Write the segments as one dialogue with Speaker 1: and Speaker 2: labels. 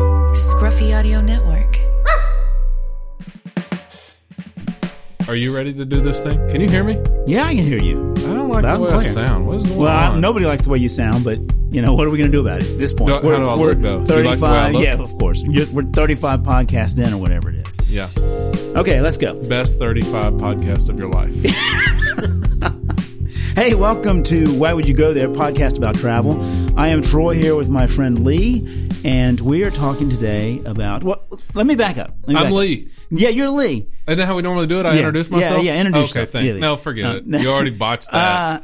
Speaker 1: Scruffy Audio Network.
Speaker 2: Are you ready to do this thing? Can you hear me?
Speaker 3: Yeah, I can hear you.
Speaker 2: I don't like
Speaker 3: Loud
Speaker 2: the way
Speaker 3: and
Speaker 2: I
Speaker 3: clear.
Speaker 2: sound. What is going
Speaker 3: Well, I,
Speaker 2: on?
Speaker 3: nobody likes the way you sound, but you know what are we going to do about it? At this point,
Speaker 2: Do I- how
Speaker 3: we're,
Speaker 2: do I
Speaker 3: we're
Speaker 2: look, though? Do you like the way I
Speaker 3: thirty-five.
Speaker 2: look?
Speaker 3: yeah, of course. You're- we're thirty-five podcasts in, or whatever it is.
Speaker 2: Yeah.
Speaker 3: Okay, let's go.
Speaker 2: Best 35 podcast of your life.
Speaker 3: Hey, welcome to Why Would You Go There podcast about travel. I am Troy here with my friend Lee, and we are talking today about. Well, let me back up. Let me back
Speaker 2: I'm
Speaker 3: up.
Speaker 2: Lee.
Speaker 3: Yeah, you're Lee.
Speaker 2: Isn't that how we normally do it? I
Speaker 3: Yeah.
Speaker 2: introduce
Speaker 3: Yeah,
Speaker 2: myself?
Speaker 3: yeah, introduce
Speaker 2: Okay,
Speaker 3: yourself.
Speaker 2: thanks.
Speaker 3: Yeah, yeah.
Speaker 2: No, forget
Speaker 3: Uh,
Speaker 2: it. You already botched that.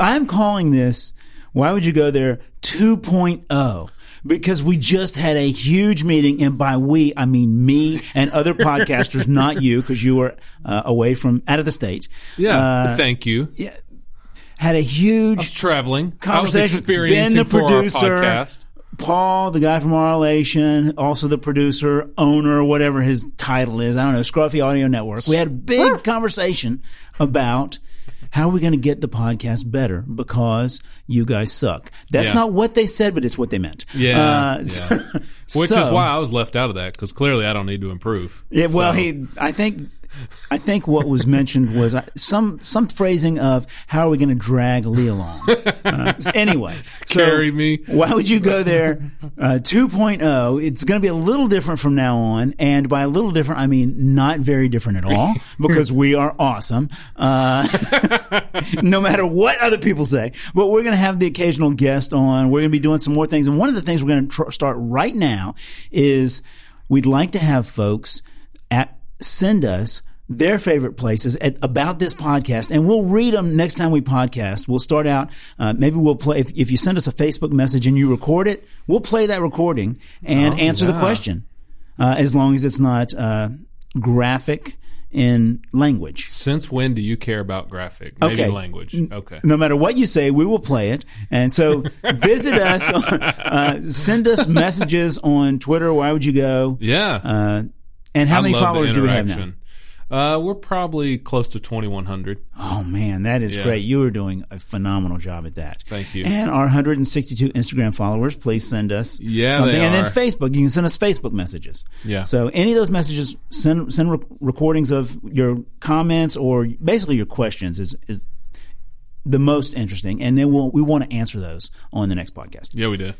Speaker 3: I'm calling this Why Would You Go There 2.0 because we just had a huge meeting. And by we, I mean me and other podcasters, not you, because you were uh, away from out of the state.
Speaker 2: yeah.
Speaker 3: Uh,
Speaker 2: thank you.
Speaker 3: had a huge
Speaker 2: Traveling. I was
Speaker 3: conversation with Ben,
Speaker 2: experiencing
Speaker 3: the
Speaker 2: For our
Speaker 3: producer.
Speaker 2: podcast.
Speaker 3: Paul, the guy from RLation, also the producer, owner, whatever his title is. I don't know, Scruffy Audio Network. We had a big conversation about how are we going to get the podcast better because you guys suck. That's
Speaker 2: Yeah.
Speaker 3: not what they said, but it's what they meant. Uh,
Speaker 2: Yeah, yeah.
Speaker 3: so-
Speaker 2: Which is
Speaker 3: so-
Speaker 2: why I was left out of that because clearly I don't need to improve.
Speaker 3: Yeah, well,
Speaker 2: So,
Speaker 3: he. I think. I think what was mentioned was uh, some some phrasing of how are we going to drag Lee along? Uh, anyway, so
Speaker 2: Carry me.
Speaker 3: Why would you go there? Uh, 2.0. It's going to be a little different from now on, and by a little different, I mean not very different at all, because we are awesome. Uh, no matter what other people say. But we're going to have the occasional guest on. We're going to be doing some more things. And one of the things we're going to tr- start right now is we'd like to have folks at, send us their favorite places at, about this podcast and we'll read them next time we podcast we'll start out uh, maybe we'll play if, if you send us a facebook message and you record it we'll play that recording and answer the
Speaker 2: yeah.
Speaker 3: question uh, as long as it's not uh, graphic in language
Speaker 2: Since when do you care about graphic? Maybe
Speaker 3: Okay.
Speaker 2: language. Okay.
Speaker 3: no matter what you say, we will play it. And so visit us, on, uh, send us messages on Twitter. Why would you go?
Speaker 2: Yeah.
Speaker 3: Uh, and how
Speaker 2: I
Speaker 3: many
Speaker 2: love the
Speaker 3: followers do we have now?
Speaker 2: interaction. Uh, we're probably close to 2,100.
Speaker 3: Oh man, that is
Speaker 2: Yeah.
Speaker 3: great. You are doing a phenomenal job at that.
Speaker 2: Thank you.
Speaker 3: And our 162 Instagram followers, please send us
Speaker 2: Yeah, they
Speaker 3: something. and
Speaker 2: are.
Speaker 3: then Facebook, you can send us Facebook messages.
Speaker 2: Yeah.
Speaker 3: So any of those messages, send send rec- recordings of your comments or basically your questions is is the most interesting, and then we'll we want to answer those on the next podcast.
Speaker 2: Yeah, we do.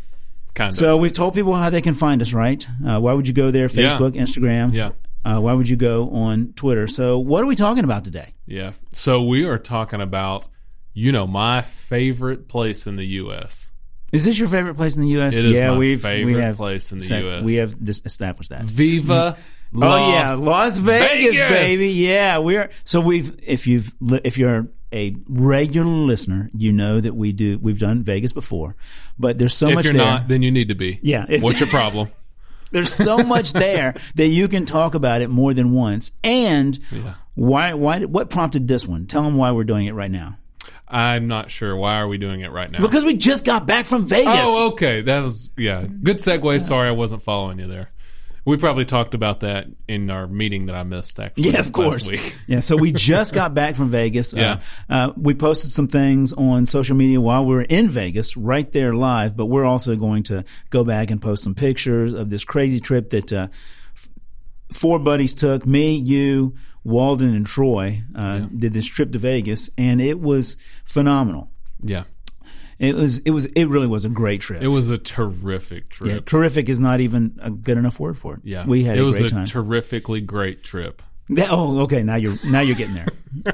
Speaker 2: Kind of.
Speaker 3: So we've told people how they can find us, right? Uh, why would you go there?
Speaker 2: Yeah.
Speaker 3: Facebook, Instagram.
Speaker 2: Yeah.
Speaker 3: Uh, why would you go on Twitter? So what are we talking about today?
Speaker 2: Yeah. So we are talking about, you know, my favorite place in the U.S.
Speaker 3: Is this your favorite place in the U.S.?
Speaker 2: It is
Speaker 3: yeah,
Speaker 2: my
Speaker 3: we've we
Speaker 2: favorite
Speaker 3: have
Speaker 2: place in the
Speaker 3: said-
Speaker 2: US.
Speaker 3: We have this, established that.
Speaker 2: Viva Las
Speaker 3: oh yeah, Las Vegas,
Speaker 2: Vegas!
Speaker 3: baby. Yeah, we're so we've if you've li- if you're a regular listener, you know that we do we've done Vegas before, but there's so
Speaker 2: If
Speaker 3: much
Speaker 2: you're
Speaker 3: there.
Speaker 2: not, then you need to be.
Speaker 3: Yeah.
Speaker 2: What's your problem?
Speaker 3: There's so much there that you can talk about it more than once. And why why what prompted this one? Tell them why we're doing it right now.
Speaker 2: I'm not sure. Why are we doing it right now?
Speaker 3: Because we just got back from Vegas.
Speaker 2: Oh, okay. That was yeah. Good segue. Sorry, I wasn't following you there. We probably talked about that in our meeting that I missed. Actually,
Speaker 3: Yeah, of
Speaker 2: last
Speaker 3: course.
Speaker 2: week.
Speaker 3: Yeah, so we just got back from Vegas.
Speaker 2: Yeah.
Speaker 3: Uh, uh, we posted some things on social media while we were in Vegas, right there live, but we're also going to go back and post some pictures of this crazy trip that uh, f- four buddies took me, you, Walden, and Troy uh, did this trip to Vegas, and it was phenomenal.
Speaker 2: Yeah,
Speaker 3: It was, it was, it really was a great trip.
Speaker 2: it was a terrific
Speaker 3: yeah,
Speaker 2: trip.
Speaker 3: terrific is not even a good enough word for it.
Speaker 2: Yeah,
Speaker 3: we had
Speaker 2: it
Speaker 3: a
Speaker 2: was
Speaker 3: great
Speaker 2: a
Speaker 3: time.
Speaker 2: terrifically great trip.
Speaker 3: That, oh, okay. Now you're now you're getting there.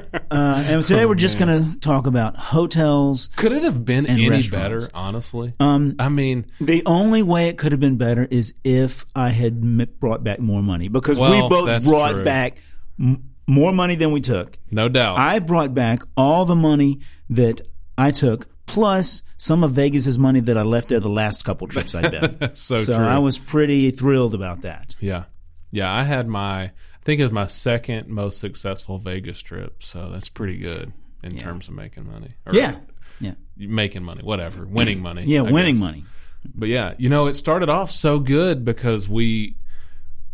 Speaker 3: Uh, and
Speaker 2: Oh,
Speaker 3: today we're just going to talk about hotels.
Speaker 2: Could it have been any better?
Speaker 3: restaurants.
Speaker 2: Honestly, um, I mean,
Speaker 3: The only way it could have been better is if I had m- brought back more money because
Speaker 2: Well,
Speaker 3: we both
Speaker 2: that's
Speaker 3: brought
Speaker 2: true.
Speaker 3: back m- more money than we took.
Speaker 2: no doubt.
Speaker 3: I brought back all the money that I took plus some of Vegas's money that I left there the last couple trips I'd been.
Speaker 2: so,
Speaker 3: so
Speaker 2: true.
Speaker 3: I was pretty thrilled about that.
Speaker 2: yeah, yeah. I had my, I think it was my second most successful Vegas trip. So that's pretty good in terms of making money. Or
Speaker 3: Yeah. Yeah.
Speaker 2: making money, whatever, winning money.
Speaker 3: Yeah,
Speaker 2: I
Speaker 3: winning
Speaker 2: guess.
Speaker 3: money.
Speaker 2: But yeah, you know, it started off so good because we,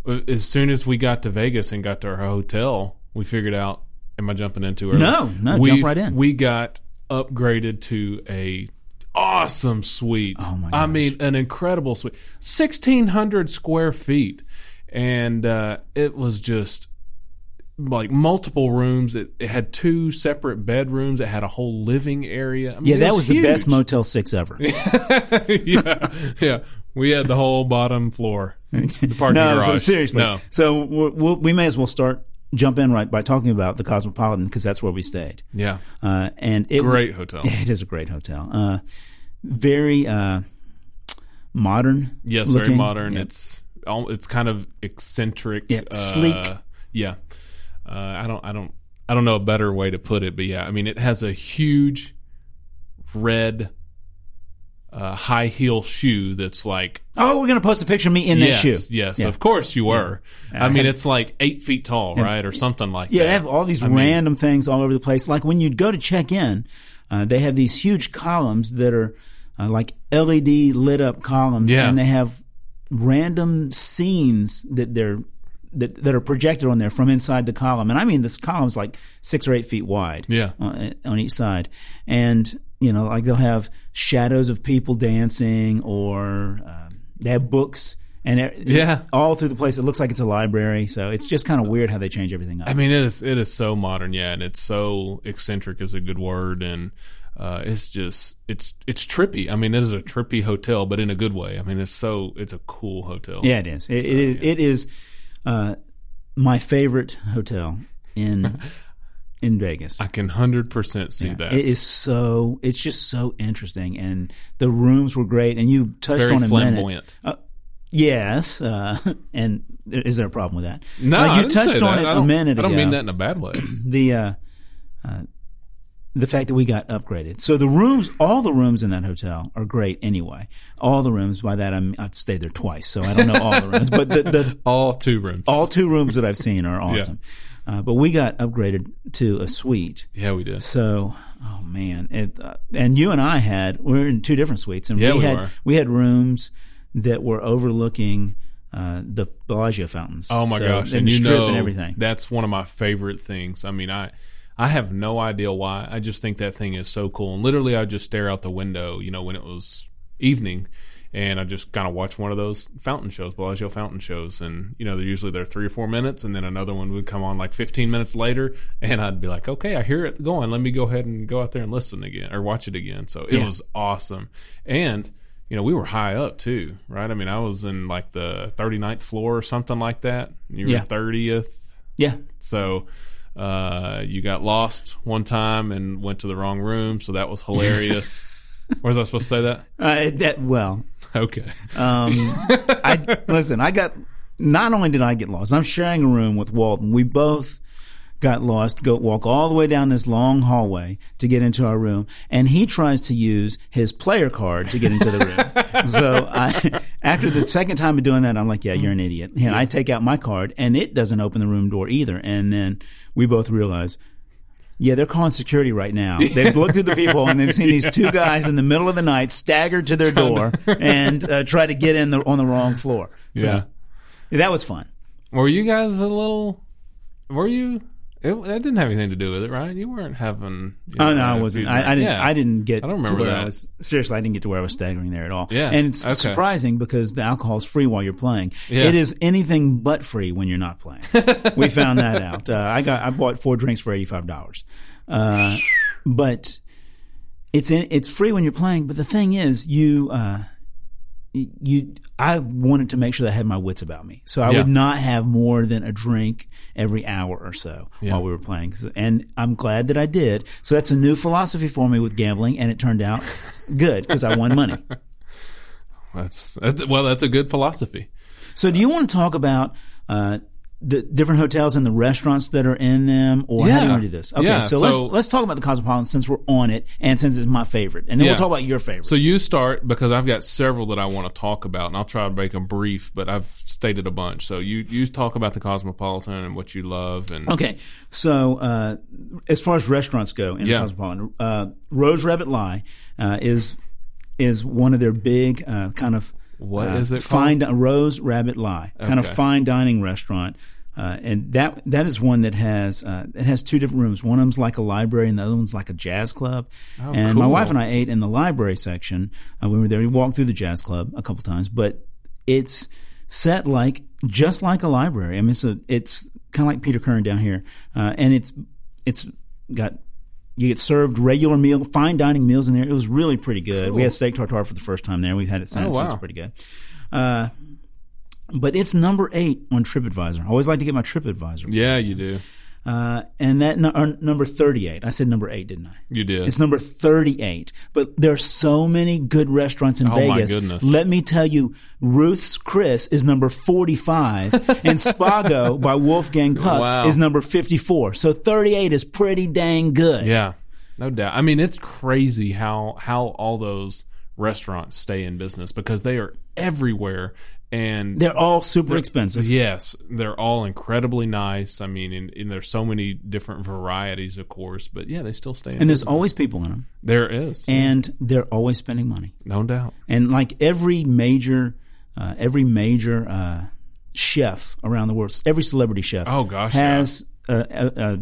Speaker 2: uh, as soon as we got to Vegas and got to our hotel, we figured out, am I jumping into it?
Speaker 3: No, no, jump right in.
Speaker 2: We got upgraded to a awesome suite.
Speaker 3: Oh my
Speaker 2: I
Speaker 3: gosh.
Speaker 2: mean, an incredible suite. 1600 square feet. And uh, it was just like multiple rooms. It, it had two separate bedrooms. It had a whole living area. I mean,
Speaker 3: Yeah,
Speaker 2: it
Speaker 3: that was the
Speaker 2: huge.
Speaker 3: best Motel 6 ever.
Speaker 2: yeah, yeah. We had the whole bottom floor, the parking
Speaker 3: no,
Speaker 2: garage.
Speaker 3: so seriously.
Speaker 2: no.
Speaker 3: So we're, we'll, we may as well start, jump in right by talking about the Cosmopolitan because that's where we stayed.
Speaker 2: Yeah,
Speaker 3: Uh, and it,
Speaker 2: great hotel.
Speaker 3: It is a great hotel. Uh, very uh, modern.
Speaker 2: Yes, very
Speaker 3: looking.
Speaker 2: modern.
Speaker 3: Yeah.
Speaker 2: It's all. It's kind of eccentric. uh,
Speaker 3: Yeah, sleek.
Speaker 2: Yeah, uh, I don't. I don't. I don't know a better way to put it, but yeah, I mean, it has a huge red uh, high heel shoe that's like
Speaker 3: Oh, we're gonna post a picture of me in
Speaker 2: yes,
Speaker 3: that shoe.
Speaker 2: yes,
Speaker 3: Yeah.
Speaker 2: of course you were. I mean, it's like eight feet tall, right, or something like
Speaker 3: Yeah,
Speaker 2: that.
Speaker 3: they have all these random things all over the place. Like when you'd go to check in, uh, they have these huge columns that are uh, like LED lit up columns,
Speaker 2: Yeah.
Speaker 3: and they have random scenes that they're that, that are projected on there from inside the column. And I mean, this column's like six or eight feet wide.
Speaker 2: Yeah.
Speaker 3: on, uh, on each side, and you know, like they'll have shadows of people dancing, or um, they have books. And it-
Speaker 2: Yeah.
Speaker 3: all through the place, it looks like it's a library. So it's just kind of weird how they change everything up.
Speaker 2: I mean, it is it is so modern, yeah, and it's so eccentric is a good word, and uh, it's just it's it's trippy. I mean, it is a trippy hotel, but in a good way. I mean, it's so it's a cool hotel.
Speaker 3: Yeah, it is. It, it is. It is uh, my favorite hotel in in Vegas.
Speaker 2: I can hundred percent see that.
Speaker 3: It is so. It's just so interesting, and the rooms were great. And you touched
Speaker 2: Very
Speaker 3: on a minute.
Speaker 2: flamboyant.
Speaker 3: Yes, uh, and is there a problem with that?
Speaker 2: No,
Speaker 3: Like,
Speaker 2: I
Speaker 3: you
Speaker 2: didn't
Speaker 3: touched
Speaker 2: say
Speaker 3: on
Speaker 2: that.
Speaker 3: it
Speaker 2: I
Speaker 3: a
Speaker 2: don't-
Speaker 3: minute
Speaker 2: I don't
Speaker 3: ago.
Speaker 2: mean that in a bad way.
Speaker 3: the uh, uh, the fact that we got upgraded. So the rooms, all the rooms in that hotel are great anyway. All the rooms. By that I'm, I've stayed there twice, so I don't know all the rooms, but the, the
Speaker 2: All two rooms.
Speaker 3: all two rooms that I've seen are awesome. Uh, but we got upgraded to a suite.
Speaker 2: yeah, we did.
Speaker 3: So, oh man, it, uh, and you and I had we were in two different suites, and
Speaker 2: Yeah, we
Speaker 3: had
Speaker 2: were.
Speaker 3: we had rooms that were overlooking uh, the Bellagio fountains.
Speaker 2: Oh my
Speaker 3: So-
Speaker 2: gosh!
Speaker 3: and,
Speaker 2: And,
Speaker 3: the
Speaker 2: you
Speaker 3: strip
Speaker 2: know,
Speaker 3: and everything.
Speaker 2: That's one of my favorite things. I mean, I I have no idea why. I just think that thing is so cool. And literally, I just stare out the window. You know, when it was evening, and I just kind of watch one of those fountain shows, Bellagio fountain shows. And you know, they're usually they're three or four minutes, and then another one would come on like fifteen minutes later, and I'd be like, okay, I hear it going. Let me go ahead and go out there and listen again or watch it again. So it was awesome, and you know, we were high up too, right? I mean, I was in like the 39th floor or something like that. You were
Speaker 3: Yeah.
Speaker 2: 30th.
Speaker 3: yeah,
Speaker 2: So uh, you got lost one time and went to the wrong room. So that was hilarious. Where was I supposed to say that?
Speaker 3: uh, that well,
Speaker 2: Okay.
Speaker 3: I listen. I got not only did I get lost. I'm sharing a room with Walton. We both got lost. Go walk all the way down this long hallway to get into our room, and he tries to use his player card to get into the room. so I, after the second time of doing that, I'm like, "Yeah, you're an idiot." And I take out my card, and it doesn't open the room door either. And then we both realize. Yeah, they're calling security right now. They've looked at the people and they've seen these two guys in the middle of the night staggered to their door and uh, try to get in the, on the wrong floor. So
Speaker 2: Yeah.
Speaker 3: that was fun.
Speaker 2: Were you guys a little. Were you. It, that didn't have anything to do with it, right? You weren't having. you
Speaker 3: Oh
Speaker 2: know,
Speaker 3: no, I
Speaker 2: a
Speaker 3: wasn't.
Speaker 2: few
Speaker 3: I, I
Speaker 2: drinks.
Speaker 3: didn't.
Speaker 2: Yeah.
Speaker 3: I didn't get.
Speaker 2: I don't
Speaker 3: to
Speaker 2: remember
Speaker 3: where I
Speaker 2: that.
Speaker 3: was. Seriously, I didn't get to where I was staggering there at all.
Speaker 2: Yeah,
Speaker 3: and it's
Speaker 2: okay.
Speaker 3: surprising because the alcohol's free while you're playing.
Speaker 2: Yeah.
Speaker 3: It is anything but free when you're not playing. we found that out. Uh, I got. I bought four drinks for eighty five dollars, uh, but it's in, it's free when you're playing. But the thing is, you. Uh, you I wanted to make sure that I had my wits about me. So I
Speaker 2: Yeah.
Speaker 3: would not have more than a drink every hour or so while we were playing. 'Cause- And I'm glad that I did. So that's a new philosophy for me with gambling and it turned out good cuz I won money.
Speaker 2: That's, well, that's a good philosophy.
Speaker 3: So do you want to talk about uh, the different hotels and the restaurants that are in them, or how do you
Speaker 2: Yeah.
Speaker 3: want to do this? Okay,
Speaker 2: Yeah,
Speaker 3: so,
Speaker 2: so-
Speaker 3: let's let's talk about the Cosmopolitan since we're on it, and since it's my favorite, and then
Speaker 2: Yeah.
Speaker 3: we'll talk about your favorite.
Speaker 2: So you start because I've got several that I want to talk about, and I'll try to make them brief. But I've stated a bunch. So you you talk about the Cosmopolitan and what you love, and
Speaker 3: Okay, so uh, as far as restaurants go in
Speaker 2: Yeah.
Speaker 3: Cosmopolitan, uh, Rose Rabbit Lie uh, is is one of their big uh, kind of
Speaker 2: What
Speaker 3: uh,
Speaker 2: is it
Speaker 3: fine di- Rose Rabbit Lie kind of
Speaker 2: Okay.
Speaker 3: fine dining restaurant. Uh, and that that is one that has uh, it has two different rooms. One of them's like a library, and the other one's like a jazz club. and my
Speaker 2: Oh, cool.
Speaker 3: wife and I ate in the library section uh, when we were there. We walked through the jazz club a couple times, but it's set like just like a library. I mean, it's a, it's kind of like Peter Kern down here, uh, and it's it's got you get served regular meal, fine dining meals in there. It was really pretty good. We had steak tartare for the first time there. We've had it since.
Speaker 2: Oh,
Speaker 3: It was
Speaker 2: wow.
Speaker 3: pretty good. Uh, but it's number eight on TripAdvisor. I always like to get my TripAdvisor.
Speaker 2: Yeah, you do.
Speaker 3: Uh, and that nu- or number 38. I said number eight, didn't I?
Speaker 2: You did.
Speaker 3: It's number 38. But there are so many good restaurants in
Speaker 2: Oh, my
Speaker 3: Vegas.
Speaker 2: goodness.
Speaker 3: Let me tell you, Ruth's Chris is number 45 and Spago by Wolfgang Puck
Speaker 2: Wow.
Speaker 3: is number 54. So 38 is pretty dang good.
Speaker 2: yeah, no doubt. I mean, it's crazy how how all those restaurants stay in business because they are everywhere and
Speaker 3: They're all super expensive.
Speaker 2: Yes, they're all incredibly nice. I mean, and, and there's so many different varieties, of course, but yeah, they still stay. In
Speaker 3: And there's always people in them.
Speaker 2: there is
Speaker 3: And they're always spending money.
Speaker 2: no doubt.
Speaker 3: and like every major uh, every major uh, chef around the world every celebrity chef
Speaker 2: Oh, gosh,
Speaker 3: has uh, uh, uh,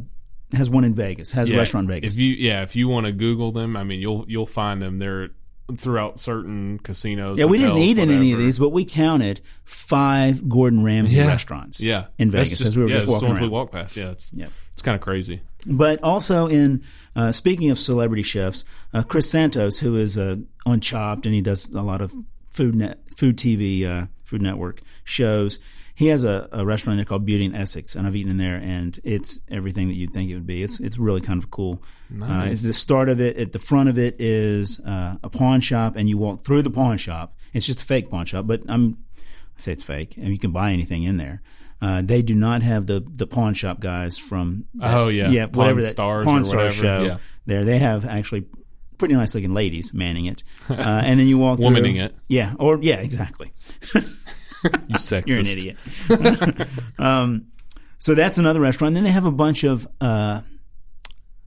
Speaker 3: has one in Vegas has a
Speaker 2: Yeah,
Speaker 3: restaurant in Vegas
Speaker 2: If you yeah, if you want to Google them, I mean, you'll you'll find them there throughout certain casinos.
Speaker 3: yeah we didn't
Speaker 2: hotels,
Speaker 3: eat in any of
Speaker 2: whatever.
Speaker 3: these but we counted five Gordon Ramsay
Speaker 2: Yeah.
Speaker 3: restaurants
Speaker 2: Yeah,
Speaker 3: in
Speaker 2: That's
Speaker 3: Vegas as we were
Speaker 2: yeah,
Speaker 3: just
Speaker 2: it's the
Speaker 3: walking
Speaker 2: ones
Speaker 3: around
Speaker 2: We walked past. Yeah, it's
Speaker 3: Yep.
Speaker 2: it's kind of crazy.
Speaker 3: But also in uh, speaking of celebrity chefs, uh, Chris Santos, who is uh, on Chopped and he does a lot of food net, food TV, uh, Food Network shows. He has a, a restaurant there called Beauty in Essex, and I've eaten in there, and it's everything that you'd think it would be. It's it's really kind of cool. Uh, it's the start of it. At the front of it is uh, a pawn shop, and you walk through the pawn shop. It's just a fake pawn shop, but I'm I say it's fake, and you can buy anything in there. Uh, they do not have the the pawn shop guys from
Speaker 2: Oh, yeah.
Speaker 3: yeah
Speaker 2: Pawn
Speaker 3: whatever that
Speaker 2: Stars
Speaker 3: pawn
Speaker 2: or
Speaker 3: star
Speaker 2: whatever,
Speaker 3: show
Speaker 2: yeah.
Speaker 3: there they have actually pretty nice looking ladies manning it uh, and then you walk through
Speaker 2: Womaning it.
Speaker 3: yeah or yeah exactly
Speaker 2: You sexist.
Speaker 3: you're an idiot um, so that's another restaurant then they have a bunch of uh,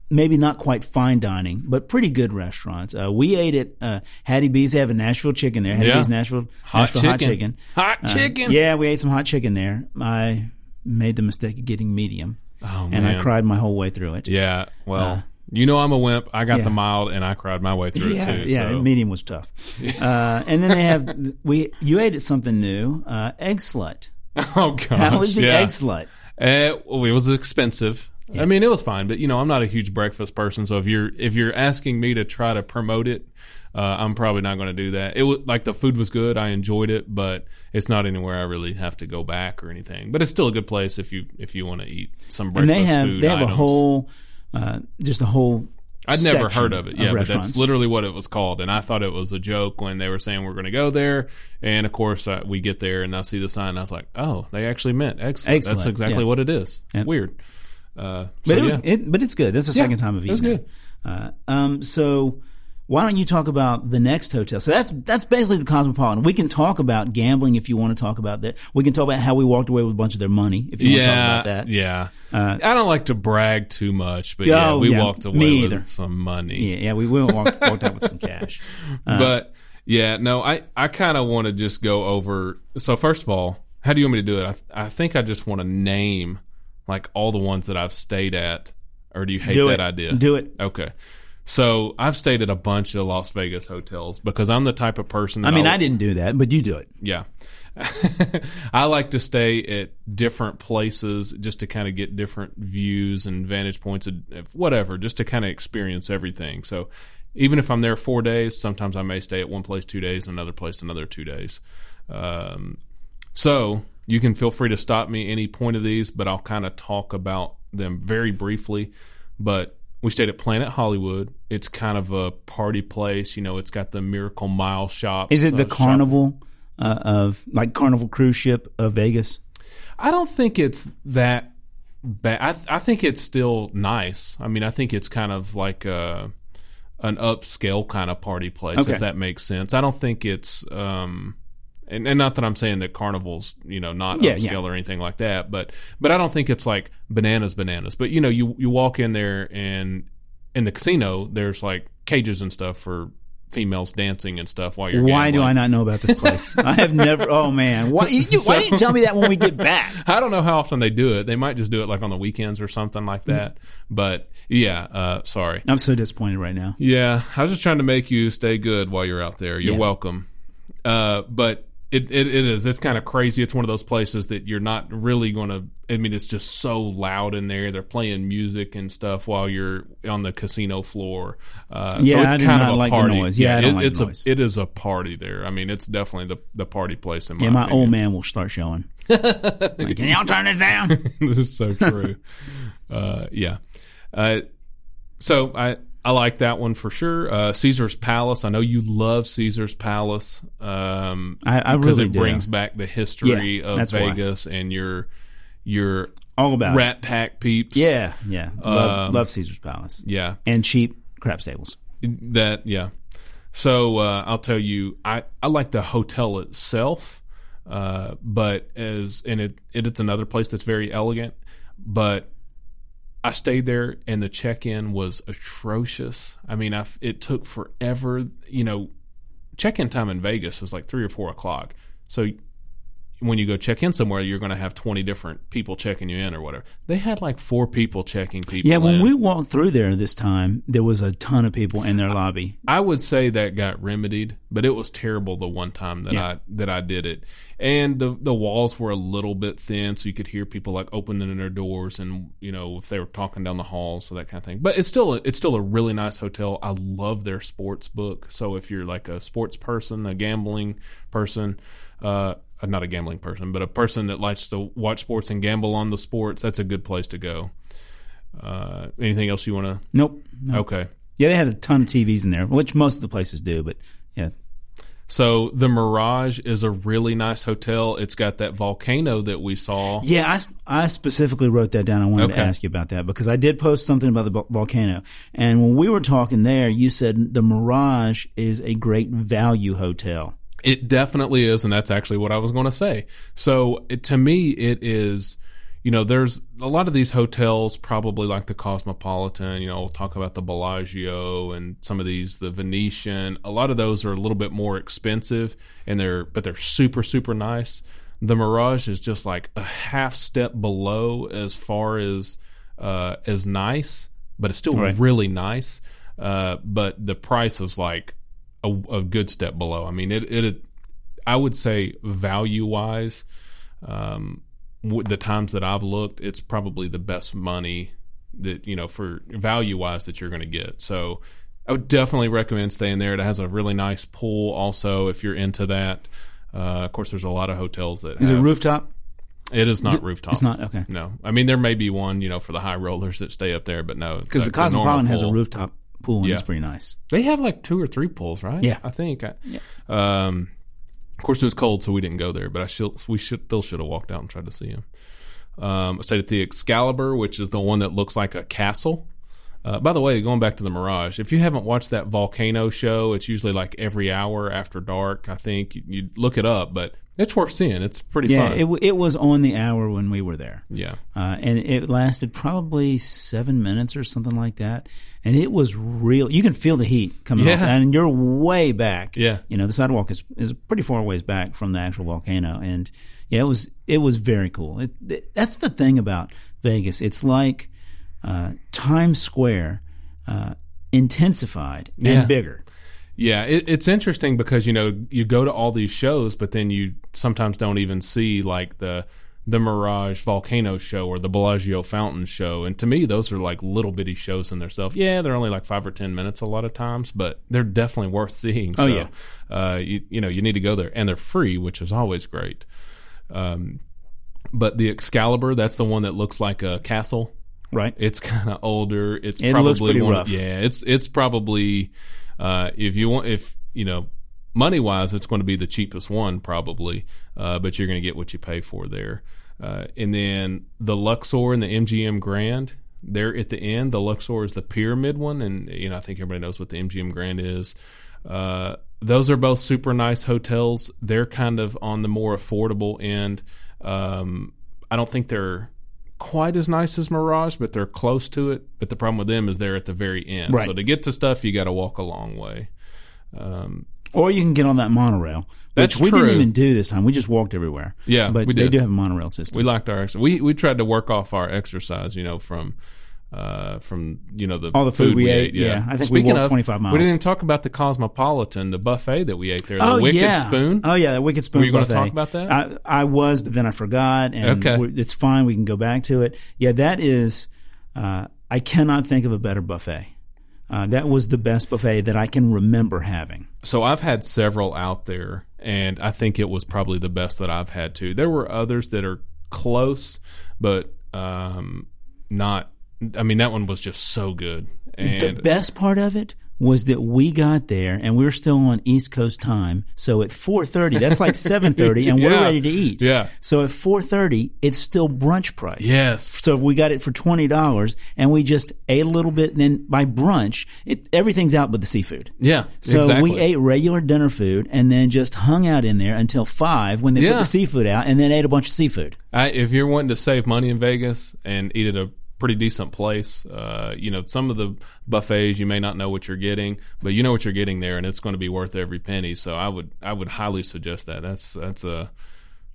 Speaker 3: maybe not quite fine dining but pretty good restaurants uh, we ate at uh, Hattie B's they have a Nashville chicken there Hattie
Speaker 2: Yeah.
Speaker 3: B's Nashville
Speaker 2: Hot
Speaker 3: Nashville
Speaker 2: chicken.
Speaker 3: hot chicken
Speaker 2: Hot
Speaker 3: Uh,
Speaker 2: chicken.
Speaker 3: yeah we ate some hot chicken there I made the mistake of getting medium
Speaker 2: Oh,
Speaker 3: and I
Speaker 2: man.
Speaker 3: cried my whole way through it
Speaker 2: Yeah. Well, you know I'm a wimp. I got
Speaker 3: yeah.
Speaker 2: the mild, and I cried my way through
Speaker 3: yeah,
Speaker 2: it too.
Speaker 3: yeah,
Speaker 2: so.
Speaker 3: medium was tough. Uh, and then they have we you ate at something new, uh, egg slut.
Speaker 2: oh gosh.
Speaker 3: How was the
Speaker 2: yeah.
Speaker 3: egg slut?
Speaker 2: Eh, well, it was expensive. I mean, it was fine, but you know, I'm not a huge breakfast person, so if you're if you're asking me to try to promote it, uh, I'm probably not going to do that. It was like the food was good, I enjoyed it, but it's not anywhere I really have to go back or anything. But it's still a good place if you if you want to eat some
Speaker 3: And
Speaker 2: breakfast
Speaker 3: they have
Speaker 2: food
Speaker 3: they have a
Speaker 2: items.
Speaker 3: whole uh, just a whole.
Speaker 2: I'd never
Speaker 3: section
Speaker 2: heard of it. Yeah, but
Speaker 3: restaurants.
Speaker 2: that's literally what it was called, and I thought it was a joke when they were saying we're going to go there. And of course, I, we get there and I see the sign. And I was like, oh, they actually meant excellent.
Speaker 3: Excellent,
Speaker 2: That's exactly
Speaker 3: yeah.
Speaker 2: what it is.
Speaker 3: Yeah.
Speaker 2: Weird. Uh,
Speaker 3: but
Speaker 2: so,
Speaker 3: it was
Speaker 2: yeah.
Speaker 3: it, but it's good. That's the second time I've
Speaker 2: it
Speaker 3: eaten.
Speaker 2: was
Speaker 3: it. Uh, um, so why don't you talk about the next hotel? So that's that's basically the Cosmopolitan. We can talk about gambling if you want to talk about that. We can talk about how we walked away with a bunch of their money if you want to talk about that. Uh,
Speaker 2: Yeah. I don't like to brag too much, but yeah,
Speaker 3: oh,
Speaker 2: we
Speaker 3: yeah,
Speaker 2: walked away
Speaker 3: me
Speaker 2: with
Speaker 3: either.
Speaker 2: some money.
Speaker 3: Yeah, yeah, we will walk, walked out with some cash.
Speaker 2: but yeah, no, I, I kind of want to just go over. So, first of all, how do you want me to do it? I, I think I just want to name like all the ones that I've stayed at, or do you hate
Speaker 3: Do
Speaker 2: that
Speaker 3: it.
Speaker 2: idea?
Speaker 3: Do it.
Speaker 2: Okay. So, I've stayed at a bunch of Las Vegas hotels because I'm the type of person that
Speaker 3: I mean, I
Speaker 2: did.
Speaker 3: didn't do that, but you do it.
Speaker 2: Yeah. I like to stay at different places just to kind of get different views and vantage points and uh, whatever, just to kind of experience everything. So even if I'm there four days, sometimes I may stay at one place two days, another place another two days. Um, so you can feel free to stop me any point of these, but I'll kind of talk about them very briefly. But we stayed at Planet Hollywood. It's kind of a party place. You know, it's got the Miracle Mile shop.
Speaker 3: Is it the
Speaker 2: uh, shop-
Speaker 3: carnival uh, of like carnival cruise ship of Vegas?
Speaker 2: I don't think it's that bad. I, th- I think it's still nice. I mean, I think it's kind of like a, an upscale kind of party place,
Speaker 3: Okay.
Speaker 2: if that makes sense. I don't think it's, um, and, and not that I'm saying that carnivals, you know, not
Speaker 3: Yeah,
Speaker 2: upscale
Speaker 3: yeah.
Speaker 2: or anything like that, but but I don't think it's like bananas, bananas. But you know, you you walk in there and in the casino, there's like cages and stuff for females dancing and stuff while you're.
Speaker 3: Why do I
Speaker 2: gambling.
Speaker 3: not know about this place? I have never. Oh man, why you, you- why didn't you tell me that when we get back?
Speaker 2: I don't know how often they do it. They might just do it like on the weekends or something
Speaker 3: Mm.
Speaker 2: like that. But yeah, uh, sorry.
Speaker 3: I'm so disappointed right now.
Speaker 2: Yeah, I was just trying to make you stay good while you're out there. You're
Speaker 3: Yeah.
Speaker 2: welcome. Uh, but it, it, it is. It's kind of crazy. It's one of those places that you're not really going to. I mean, it's just so loud in there. They're playing music and stuff while you're on the casino floor. Uh,
Speaker 3: Yeah,
Speaker 2: so it's
Speaker 3: I do
Speaker 2: kind
Speaker 3: not
Speaker 2: of a
Speaker 3: like the
Speaker 2: party.
Speaker 3: noise. Yeah, I don't like the
Speaker 2: it's
Speaker 3: noise.
Speaker 2: A, it is a party there. I mean, it's definitely the the party place in my
Speaker 3: Yeah, my
Speaker 2: opinion.
Speaker 3: old man will start showing. Like, Can y'all turn it down?
Speaker 2: this is so true. uh, yeah. Uh, so I I like that one for sure. Uh, Caesar's Palace. I know you love Caesar's Palace. Um,
Speaker 3: I, I
Speaker 2: because
Speaker 3: really
Speaker 2: it
Speaker 3: do.
Speaker 2: brings back the history
Speaker 3: Yeah,
Speaker 2: of
Speaker 3: that's why.
Speaker 2: Vegas and your your
Speaker 3: all about it.
Speaker 2: Rat Pack peeps.
Speaker 3: Yeah, yeah. Love,
Speaker 2: Um,
Speaker 3: love Caesar's Palace
Speaker 2: yeah,
Speaker 3: and cheap crap stables.
Speaker 2: that yeah. So uh, I'll tell you, I I like the hotel itself, uh, but as and it, it it's another place that's very elegant, but. I stayed there and the check-in was atrocious. I mean, I f- it took forever. You know, check-in time in Vegas is like three or four o'clock. So when you go check in somewhere, you're going to have twenty different people checking you in or whatever. They had like four people checking people.
Speaker 3: Yeah, when
Speaker 2: in.
Speaker 3: we walked through there this time, there was a ton of people in their lobby.
Speaker 2: I would say that got remedied, but it was terrible the one time that I that I did it. And the the walls were a little bit thin, so you could hear people like opening their doors and you know if they were talking down the hall, so that kind of thing. But it's still a, it's still a really nice hotel. I love their sports book. So if you're like a sports person, a gambling person, uh, not a gambling person, but a person that likes to watch sports and gamble on the sports, that's a good place to go. Uh, anything else you want to?
Speaker 3: Nope. No.
Speaker 2: Okay.
Speaker 3: Yeah, they had a ton of TVs in there, which most of the places do, but yeah.
Speaker 2: So the Mirage is a really nice hotel. It's got that volcano that we saw.
Speaker 3: Yeah, I, I specifically wrote that down. I wanted to
Speaker 2: Okay.
Speaker 3: ask you about that because I did post something about the vo- volcano. And when we were talking there, you said the Mirage is a great value hotel.
Speaker 2: It definitely is, and that's actually what I was going to say. So it, to me, it is. You know, there's a lot of these hotels, probably like the Cosmopolitan. You know, we'll talk about the Bellagio and some of these, the Venetian. A lot of those are a little bit more expensive, and they're but they're super super nice. The Mirage is just like a half step below as far as uh, as nice, but it's still
Speaker 3: Right.
Speaker 2: really nice. Uh, but the price is like a, a good step below. I mean, it, it I would say value wise, um, w- the times that I've looked, it's probably the best money that you know for value wise that you're going to get. So I would definitely recommend staying there. It has a really nice pool, also if you're into that. Uh, of course, there's a lot of hotels that
Speaker 3: Is it
Speaker 2: have-
Speaker 3: rooftop?
Speaker 2: it is not rooftop.
Speaker 3: It's not? Okay.
Speaker 2: No, I mean there may be one, you know, for the high rollers that stay up there, but no, it's
Speaker 3: Because the
Speaker 2: like a normal
Speaker 3: Cosmopolitan has a
Speaker 2: pool.
Speaker 3: rooftop pool and it's
Speaker 2: Yeah.
Speaker 3: pretty nice.
Speaker 2: They have like two or three pools, right?
Speaker 3: Yeah.
Speaker 2: I think. I, Um, of course, it was cold, so we didn't go there. But I should, we should, still should have walked out and tried to see him. Um, I stayed at the Excalibur, which is the one that looks like a castle. Uh, by the way, going back to the Mirage, if you haven't watched that volcano show, it's usually like every hour after dark. I think you, you look it up, but it's worth seeing. It's pretty
Speaker 3: Yeah,
Speaker 2: fun.
Speaker 3: it, w- it was on the hour when we were there.
Speaker 2: yeah,
Speaker 3: uh, and it lasted probably seven minutes or something like that. And it was real. You can feel the heat coming off,
Speaker 2: Yeah.
Speaker 3: and you're way back.
Speaker 2: Yeah.
Speaker 3: you know the sidewalk is is pretty far ways back from the actual volcano, and yeah, it was it was very cool. It, it, that's the thing about Vegas. It's like uh, Times Square uh, intensified
Speaker 2: Yeah.
Speaker 3: and bigger.
Speaker 2: yeah. It, it's interesting because you know you go to all these shows, but then you sometimes don't even see like the the Mirage Volcano Show or the Bellagio Fountain Show. And to me, those are like little bitty shows in themselves. Yeah, they're only like five or ten minutes a lot of times, but they're definitely worth seeing. So,
Speaker 3: Oh, yeah.
Speaker 2: uh, you you know you need to go there, and they're free, which is always great. Um, but the Excalibur, that's the one that looks like a castle.
Speaker 3: Right.
Speaker 2: It's kind of older. It's
Speaker 3: It
Speaker 2: probably
Speaker 3: looks pretty
Speaker 2: one,
Speaker 3: rough.
Speaker 2: Yeah, it's it's probably uh, if you want if you know money wise, it's going to be the cheapest one probably, uh, but you're going to get what you pay for there. Uh, and then the Luxor and the MGM Grand. They're at the end. The Luxor is the pyramid one, and you know I think everybody knows what the MGM Grand is. Uh, those are both super nice hotels. They're kind of on the more affordable end. Um, I don't think they're quite as nice as Mirage, but they're close to it. But the problem with them is they're at the very end.
Speaker 3: Right.
Speaker 2: So to get to stuff, you got to walk a long way. Um,
Speaker 3: Or you can get on that monorail.
Speaker 2: That's
Speaker 3: which we
Speaker 2: true.
Speaker 3: didn't even do this time. We just walked everywhere.
Speaker 2: Yeah,
Speaker 3: but
Speaker 2: we
Speaker 3: they
Speaker 2: did.
Speaker 3: do have a monorail system.
Speaker 2: we liked our ex- we we tried to work off our exercise, you know, from uh from you know the
Speaker 3: All the food we ate, yeah. I think we walked 25 miles.
Speaker 2: We didn't even talk about the Cosmopolitan, the buffet that we ate there, the
Speaker 3: Oh
Speaker 2: Wicked
Speaker 3: yeah!
Speaker 2: Spoon.
Speaker 3: Oh yeah, the wicked spoon.
Speaker 2: Were you
Speaker 3: going
Speaker 2: gonna talk
Speaker 3: to
Speaker 2: about that?
Speaker 3: I, I was, but then I forgot. And
Speaker 2: Okay.
Speaker 3: we- it's fine. We can go back to it. Yeah, that is. Uh, I cannot think of a better buffet. Uh, that was the best buffet that I can remember having.
Speaker 2: so I've had several out there, and I think it was probably the best that I've had too. There were others that are close, but um, not. I mean, that one was just so good.
Speaker 3: The
Speaker 2: And
Speaker 3: best part of it was that we got there and we are still on East Coast time. So at 4:30, that's like 7:30 and we're
Speaker 2: Yeah.
Speaker 3: ready to eat.
Speaker 2: Yeah.
Speaker 3: So at 4:30, it's still brunch price.
Speaker 2: Yes.
Speaker 3: So if we got it for $20 and we just ate a little bit and then by brunch, it everything's out but the seafood.
Speaker 2: yeah,
Speaker 3: So
Speaker 2: exactly.
Speaker 3: we ate regular dinner food and then just hung out in there until 5 when they put
Speaker 2: Yeah.
Speaker 3: the seafood out and then ate a bunch of seafood.
Speaker 2: I, if you're wanting to save money in Vegas and eat at a pretty decent place, uh, you know, some of the buffets you may not know what you're getting, but you know what you're getting there, and it's going to be worth every penny. So I would I would highly suggest that. That's that's a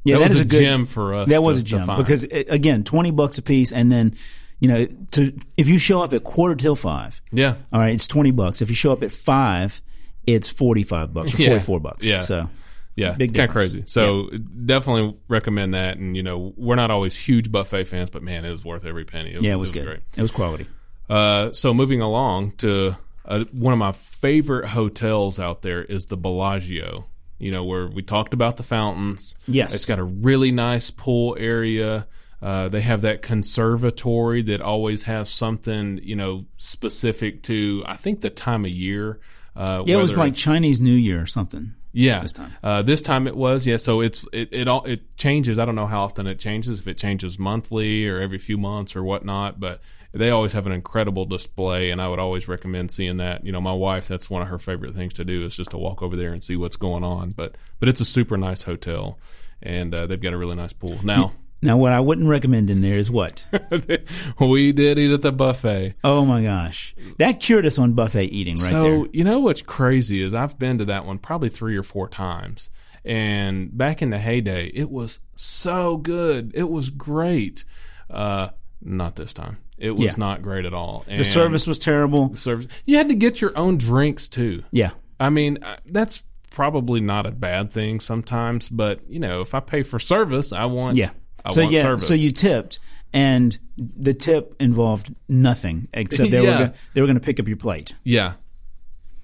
Speaker 3: Yeah,
Speaker 2: that,
Speaker 3: that
Speaker 2: was
Speaker 3: is
Speaker 2: a
Speaker 3: good
Speaker 2: gem for us.
Speaker 3: That
Speaker 2: to-
Speaker 3: was a
Speaker 2: to
Speaker 3: gem
Speaker 2: find.
Speaker 3: because a- again, twenty bucks a piece, and then you know, to if you show up at quarter till five,
Speaker 2: yeah,
Speaker 3: all right, it's twenty bucks. If you show up at five, it's forty five bucks or
Speaker 2: Yeah.
Speaker 3: forty four bucks.
Speaker 2: Yeah.
Speaker 3: So
Speaker 2: Yeah,
Speaker 3: Big
Speaker 2: kind of
Speaker 3: difference.
Speaker 2: crazy. So definitely recommend that. And you know, we're not always huge buffet fans, but man, it was worth every penny.
Speaker 3: yeah, it was good. It was quality.
Speaker 2: great. Uh, so moving along to uh, one of my favorite hotels out there is the Bellagio. You know, where we talked about the fountains.
Speaker 3: Yes.
Speaker 2: it's got a really nice pool area. Uh, they have that conservatory that always has something you know specific to I think the time of year. Uh,
Speaker 3: Yeah, it was
Speaker 2: whether
Speaker 3: like Chinese New Year or something.
Speaker 2: yeah,
Speaker 3: this time.
Speaker 2: Uh, this time it was yeah. So it's it it all it changes. I don't know how often it changes. If it changes monthly or every few months or whatnot, but they always have an incredible display, and I would always recommend seeing that. You know, my wife that's one of her favorite things to do is just to walk over there and see what's going on. But but it's a super nice hotel, and uh, they've got a really nice pool. Now
Speaker 3: Now, what I wouldn't recommend in there is what?
Speaker 2: we did eat at the buffet.
Speaker 3: oh my gosh, that cured us on buffet eating right
Speaker 2: so
Speaker 3: there.
Speaker 2: you know what's crazy is I've been to that one probably three or four times, and back in the heyday, it was so good. It was great. Uh, not this time. It was
Speaker 3: Yeah.
Speaker 2: not great at all. And
Speaker 3: The service was terrible.
Speaker 2: the service. You had to get your own drinks too.
Speaker 3: Yeah,
Speaker 2: I mean, I- that's probably not a bad thing sometimes, but you know, if I pay for service, I want.
Speaker 3: yeah.
Speaker 2: I
Speaker 3: so
Speaker 2: want
Speaker 3: yeah,
Speaker 2: service.
Speaker 3: so you tipped. And the tip involved nothing except they
Speaker 2: Yeah.
Speaker 3: were go- they were going to pick up your plate.
Speaker 2: yeah.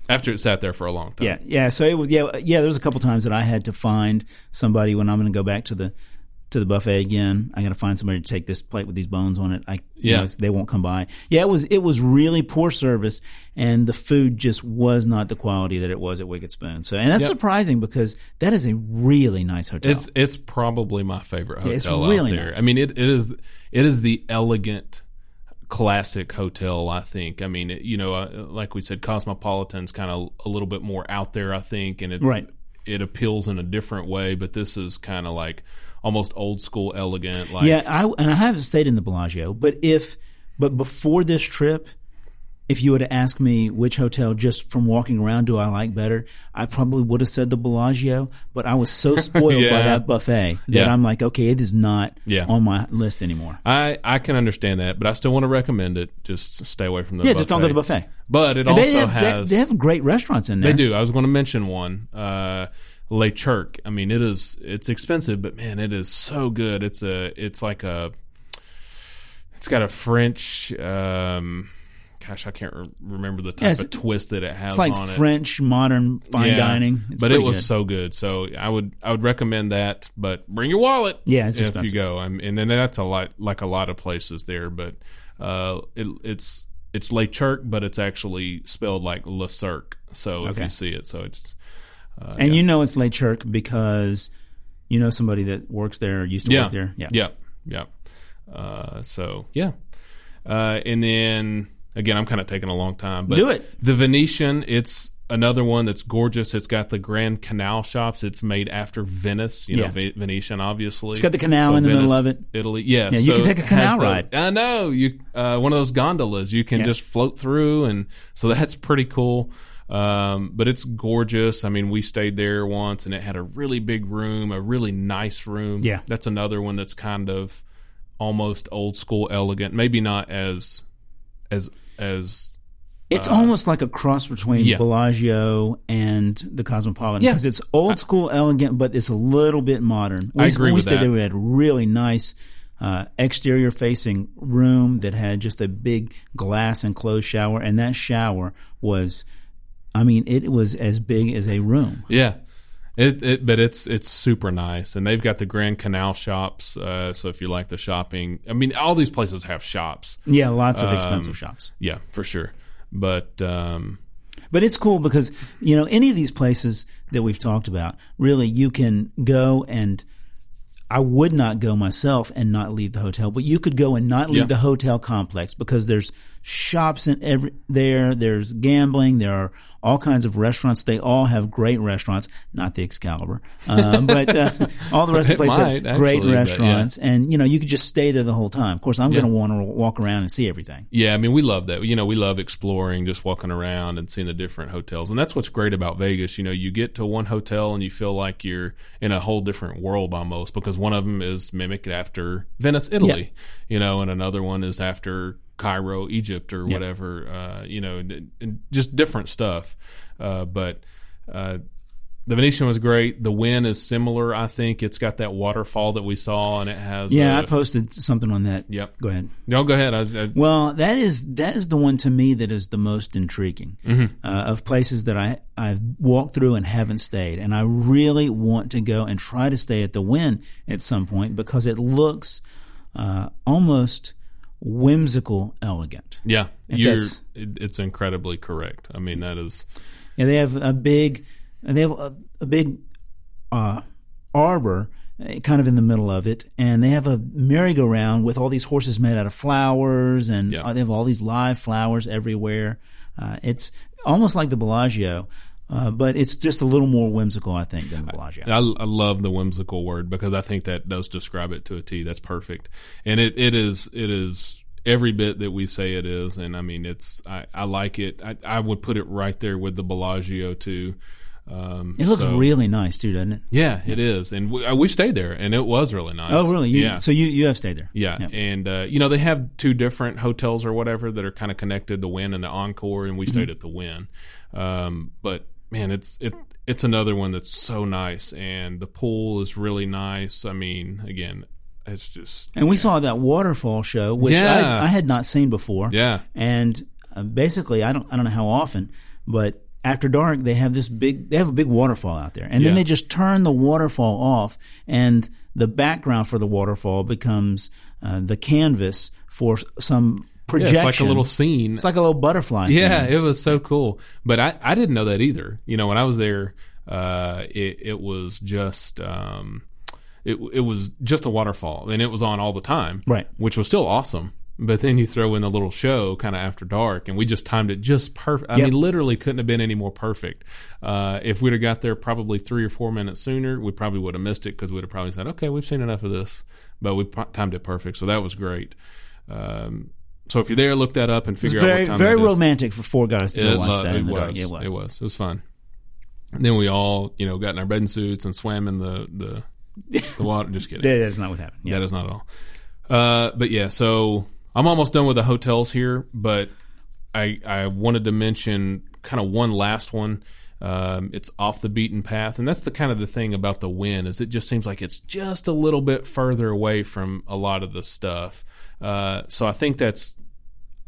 Speaker 2: After it sat there for a long time.
Speaker 3: Yeah, yeah. So it was yeah, yeah. There was a couple times that I had to find somebody when I'm going to go back to the to the buffet again. I got to find somebody to take this plate with these bones on it. I you
Speaker 2: Yeah.
Speaker 3: know, they won't come by. Yeah, it was it was really poor service, and the food just was not the quality that it was at Wicked Spoon. So and that's surprising because that is a really nice hotel.
Speaker 2: It's it's probably my favorite hotel
Speaker 3: it's
Speaker 2: out
Speaker 3: really
Speaker 2: there.
Speaker 3: nice.
Speaker 2: I mean, it, it is it is the elegant classic hotel. I think. I mean, it, you know, uh, like we said, Cosmopolitan's kind of a little bit more out there. I think, and it
Speaker 3: Right.
Speaker 2: it appeals in a different way. But this is kind of like almost old school elegant. Like,
Speaker 3: yeah, I and I have stayed in the Bellagio, but if but before this trip. If you would have asked me which hotel just from walking around do I like better, I probably would have said the Bellagio, but I was so spoiled by
Speaker 2: Yeah.
Speaker 3: that buffet that
Speaker 2: Yeah.
Speaker 3: I'm like, okay, it is not
Speaker 2: Yeah.
Speaker 3: on my list anymore.
Speaker 2: I I can understand that, but I still want to recommend it. Just stay away from the
Speaker 3: Yeah, just don't go to the buffet.
Speaker 2: But it also
Speaker 3: They have, they-
Speaker 2: has
Speaker 3: they, have great restaurants in there.
Speaker 2: They do. I was going to mention one, uh, Le Turc. I mean, it is it's expensive, but man, it is so good. It's a it's like a it's got a French. Um, gosh, I can't re- remember the type
Speaker 3: Yes.
Speaker 2: of twist that it has.
Speaker 3: It's like
Speaker 2: on it.
Speaker 3: French modern fine
Speaker 2: Yeah.
Speaker 3: dining. It's
Speaker 2: but it
Speaker 3: pretty
Speaker 2: was
Speaker 3: good.
Speaker 2: so good. So I would I would recommend that. But bring your wallet.
Speaker 3: Yeah, it's
Speaker 2: if
Speaker 3: expensive.
Speaker 2: you go. i and then that's a lot like a lot of places there. But uh, it, it's it's Le Turc, but it's actually spelled like Le Cirque. So if
Speaker 3: Okay.
Speaker 2: you see it, so it's
Speaker 3: and you know it's late Chirk because you know somebody that works there or used to
Speaker 2: yeah,
Speaker 3: work there.
Speaker 2: yeah, yeah. Uh, so yeah, uh, and then again, I'm kind of taking a long time, but
Speaker 3: Do it.
Speaker 2: The Venetian, it's another one that's gorgeous. It's got the Grand Canal shops. It's made after Venice, you know,
Speaker 3: Yeah.
Speaker 2: Ve- Venetian, obviously. It's
Speaker 3: got the canal in the middle of it.
Speaker 2: Italy, yeah.
Speaker 3: Yeah, you
Speaker 2: so
Speaker 3: can take a
Speaker 2: it has
Speaker 3: canal
Speaker 2: the-
Speaker 3: ride.
Speaker 2: I know you. Uh, one of those gondolas you can
Speaker 3: Yeah.
Speaker 2: just float through, and so that's pretty cool. Um, but it's gorgeous. I mean, we stayed there once and it had a really big room, a really nice room.
Speaker 3: Yeah.
Speaker 2: That's another one that's kind of almost old school elegant. Maybe not as as as
Speaker 3: It's almost like a cross between
Speaker 2: Uh, yeah.
Speaker 3: Bellagio and the Cosmopolitan
Speaker 2: Yeah.
Speaker 3: because it's old school, elegant, but it's a little bit modern. We,
Speaker 2: I agree
Speaker 3: when
Speaker 2: with
Speaker 3: we stayed
Speaker 2: that.
Speaker 3: there, we had a really nice uh, exterior facing room that had just a big glass enclosed shower, and that shower was, I mean, it was as big as a room.
Speaker 2: Yeah. It, it but it's it's super nice and they've got the Grand Canal shops uh, so if you like the shopping I mean all these places have shops
Speaker 3: Yeah, lots
Speaker 2: Um,
Speaker 3: of expensive shops.
Speaker 2: yeah for sure but um,
Speaker 3: But it's cool because, you know, any of these places that we've talked about, really, you can go and I would not go myself and not leave the hotel, but you could go and not leave
Speaker 2: Yeah.
Speaker 3: the hotel complex because there's shops in every there, there's gambling, there are all kinds of restaurants. They all have great restaurants, not the Excalibur, um, but uh, all the rest of the
Speaker 2: It
Speaker 3: places have
Speaker 2: might,
Speaker 3: great
Speaker 2: actually, but yeah.
Speaker 3: restaurants. And, you know, you could just stay there the whole time. Of course, I'm going to want to walk around and see everything.
Speaker 2: Yeah, I mean, we love that. You know, we love exploring, just walking around and seeing the different hotels. And that's what's great about Vegas. You know, you get to one hotel and you feel like you're in a whole different world almost because one of them is mimicked after Venice, Italy, you know, and another one is after Cairo, Egypt, or whatever, uh, you know, and, and just different stuff. Uh, but, uh, the Venetian was great. The Win is similar, I think. It's got that waterfall that we saw, and it has.
Speaker 3: Yeah,
Speaker 2: a-
Speaker 3: I posted something on that.
Speaker 2: Yep.
Speaker 3: Go ahead.
Speaker 2: No, go ahead. I, was- I,
Speaker 3: Well, that is that is the one to me that is the most intriguing uh, of places that I I've walked through and haven't stayed, and I really want to go and try to stay at the Wynn at some point because it looks uh, almost whimsical, elegant.
Speaker 2: Yeah, you're,
Speaker 3: that's-
Speaker 2: it, it's incredibly correct. I mean, that is
Speaker 3: Yeah, they have a big, they have a, a big uh, arbor uh, kind of in the middle of it, and they have a merry-go-round with all these horses made out of flowers, and
Speaker 2: Yeah.
Speaker 3: uh, they have all these live flowers everywhere. Uh, it's almost like the Bellagio, uh, but it's just a little more whimsical, I think, than the Bellagio.
Speaker 2: I, I love the whimsical word because I think that does describe it to a T. That's perfect, and it, it is it is every bit that we say it is. And I mean, it's I, I like it. I, I would put it right there with the Bellagio too. Um,
Speaker 3: it looks
Speaker 2: so-
Speaker 3: really nice too, doesn't it?
Speaker 2: Yeah, it is, and we, uh, we stayed there, and it was really nice.
Speaker 3: Oh, really? You,
Speaker 2: yeah.
Speaker 3: So you you have stayed there?
Speaker 2: Yeah, and uh, you know they have two different hotels or whatever that are kind of connected, the Win and the Encore, and we stayed at the Win. Um, but man, it's it it's another one that's so nice, and the pool is really nice. I mean, again, it's just
Speaker 3: And we saw that waterfall show, which
Speaker 2: Yeah.
Speaker 3: I, I had not seen before.
Speaker 2: yeah,
Speaker 3: and uh, basically I don't I don't know how often, but after dark they have this big they have a big waterfall out there, and then
Speaker 2: Yeah.
Speaker 3: they just turn the waterfall off, and the background for the waterfall becomes uh, the canvas for s- some
Speaker 2: Yeah,
Speaker 3: projection.
Speaker 2: it's like a little scene.
Speaker 3: It's like a little butterfly.
Speaker 2: yeah,
Speaker 3: scene.
Speaker 2: it was so cool. But I I didn't know that either. You know, when I was there, uh, it it was just. Um, it, it was just a waterfall and it was on all the time
Speaker 3: Right.
Speaker 2: which was still awesome. But then you throw in a little show kind of after dark, and we just timed it just perfect. I
Speaker 3: Yep.
Speaker 2: mean, literally couldn't have been any more perfect. Uh, if we'd have got there probably three or four minutes sooner, we probably would have missed it because we'd have probably said, okay, we've seen enough of this. But we pro- timed it perfect. So that was great. Um, so if you're there, look that up and
Speaker 3: It's
Speaker 2: figure out
Speaker 3: very
Speaker 2: what time
Speaker 3: very
Speaker 2: that is.
Speaker 3: romantic for four guys to go watch
Speaker 2: lo-
Speaker 3: that in the
Speaker 2: was,
Speaker 3: dark. It was.
Speaker 2: It was. It was fun. And then we all, you know, got in our bedding suits and swam in the, the, the water. Just kidding.
Speaker 3: That- That's not what happened. Yeah.
Speaker 2: That is not at all. Uh, but yeah, so I'm almost done with the hotels here, but I I wanted to mention kind of one last one. Um, it's off the beaten path, and that's the kind of the thing about the win is it just seems like it's just a little bit further away from a lot of the stuff. Uh, so I think that's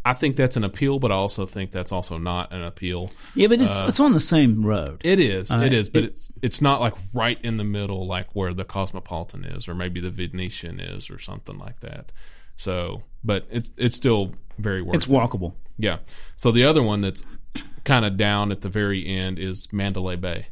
Speaker 2: I think that's an appeal, but I also think that's also not an appeal.
Speaker 3: Yeah, but it's it's on the same road.
Speaker 2: Uh, It is. it is, but it's it's not like right in the middle, like where the Cosmopolitan is, or maybe the Venetian is, or something like that. So, but it, it's still very worth.
Speaker 3: It's
Speaker 2: it.
Speaker 3: walkable.
Speaker 2: Yeah. So the other one that's kind of down at the very end is Mandalay Bay,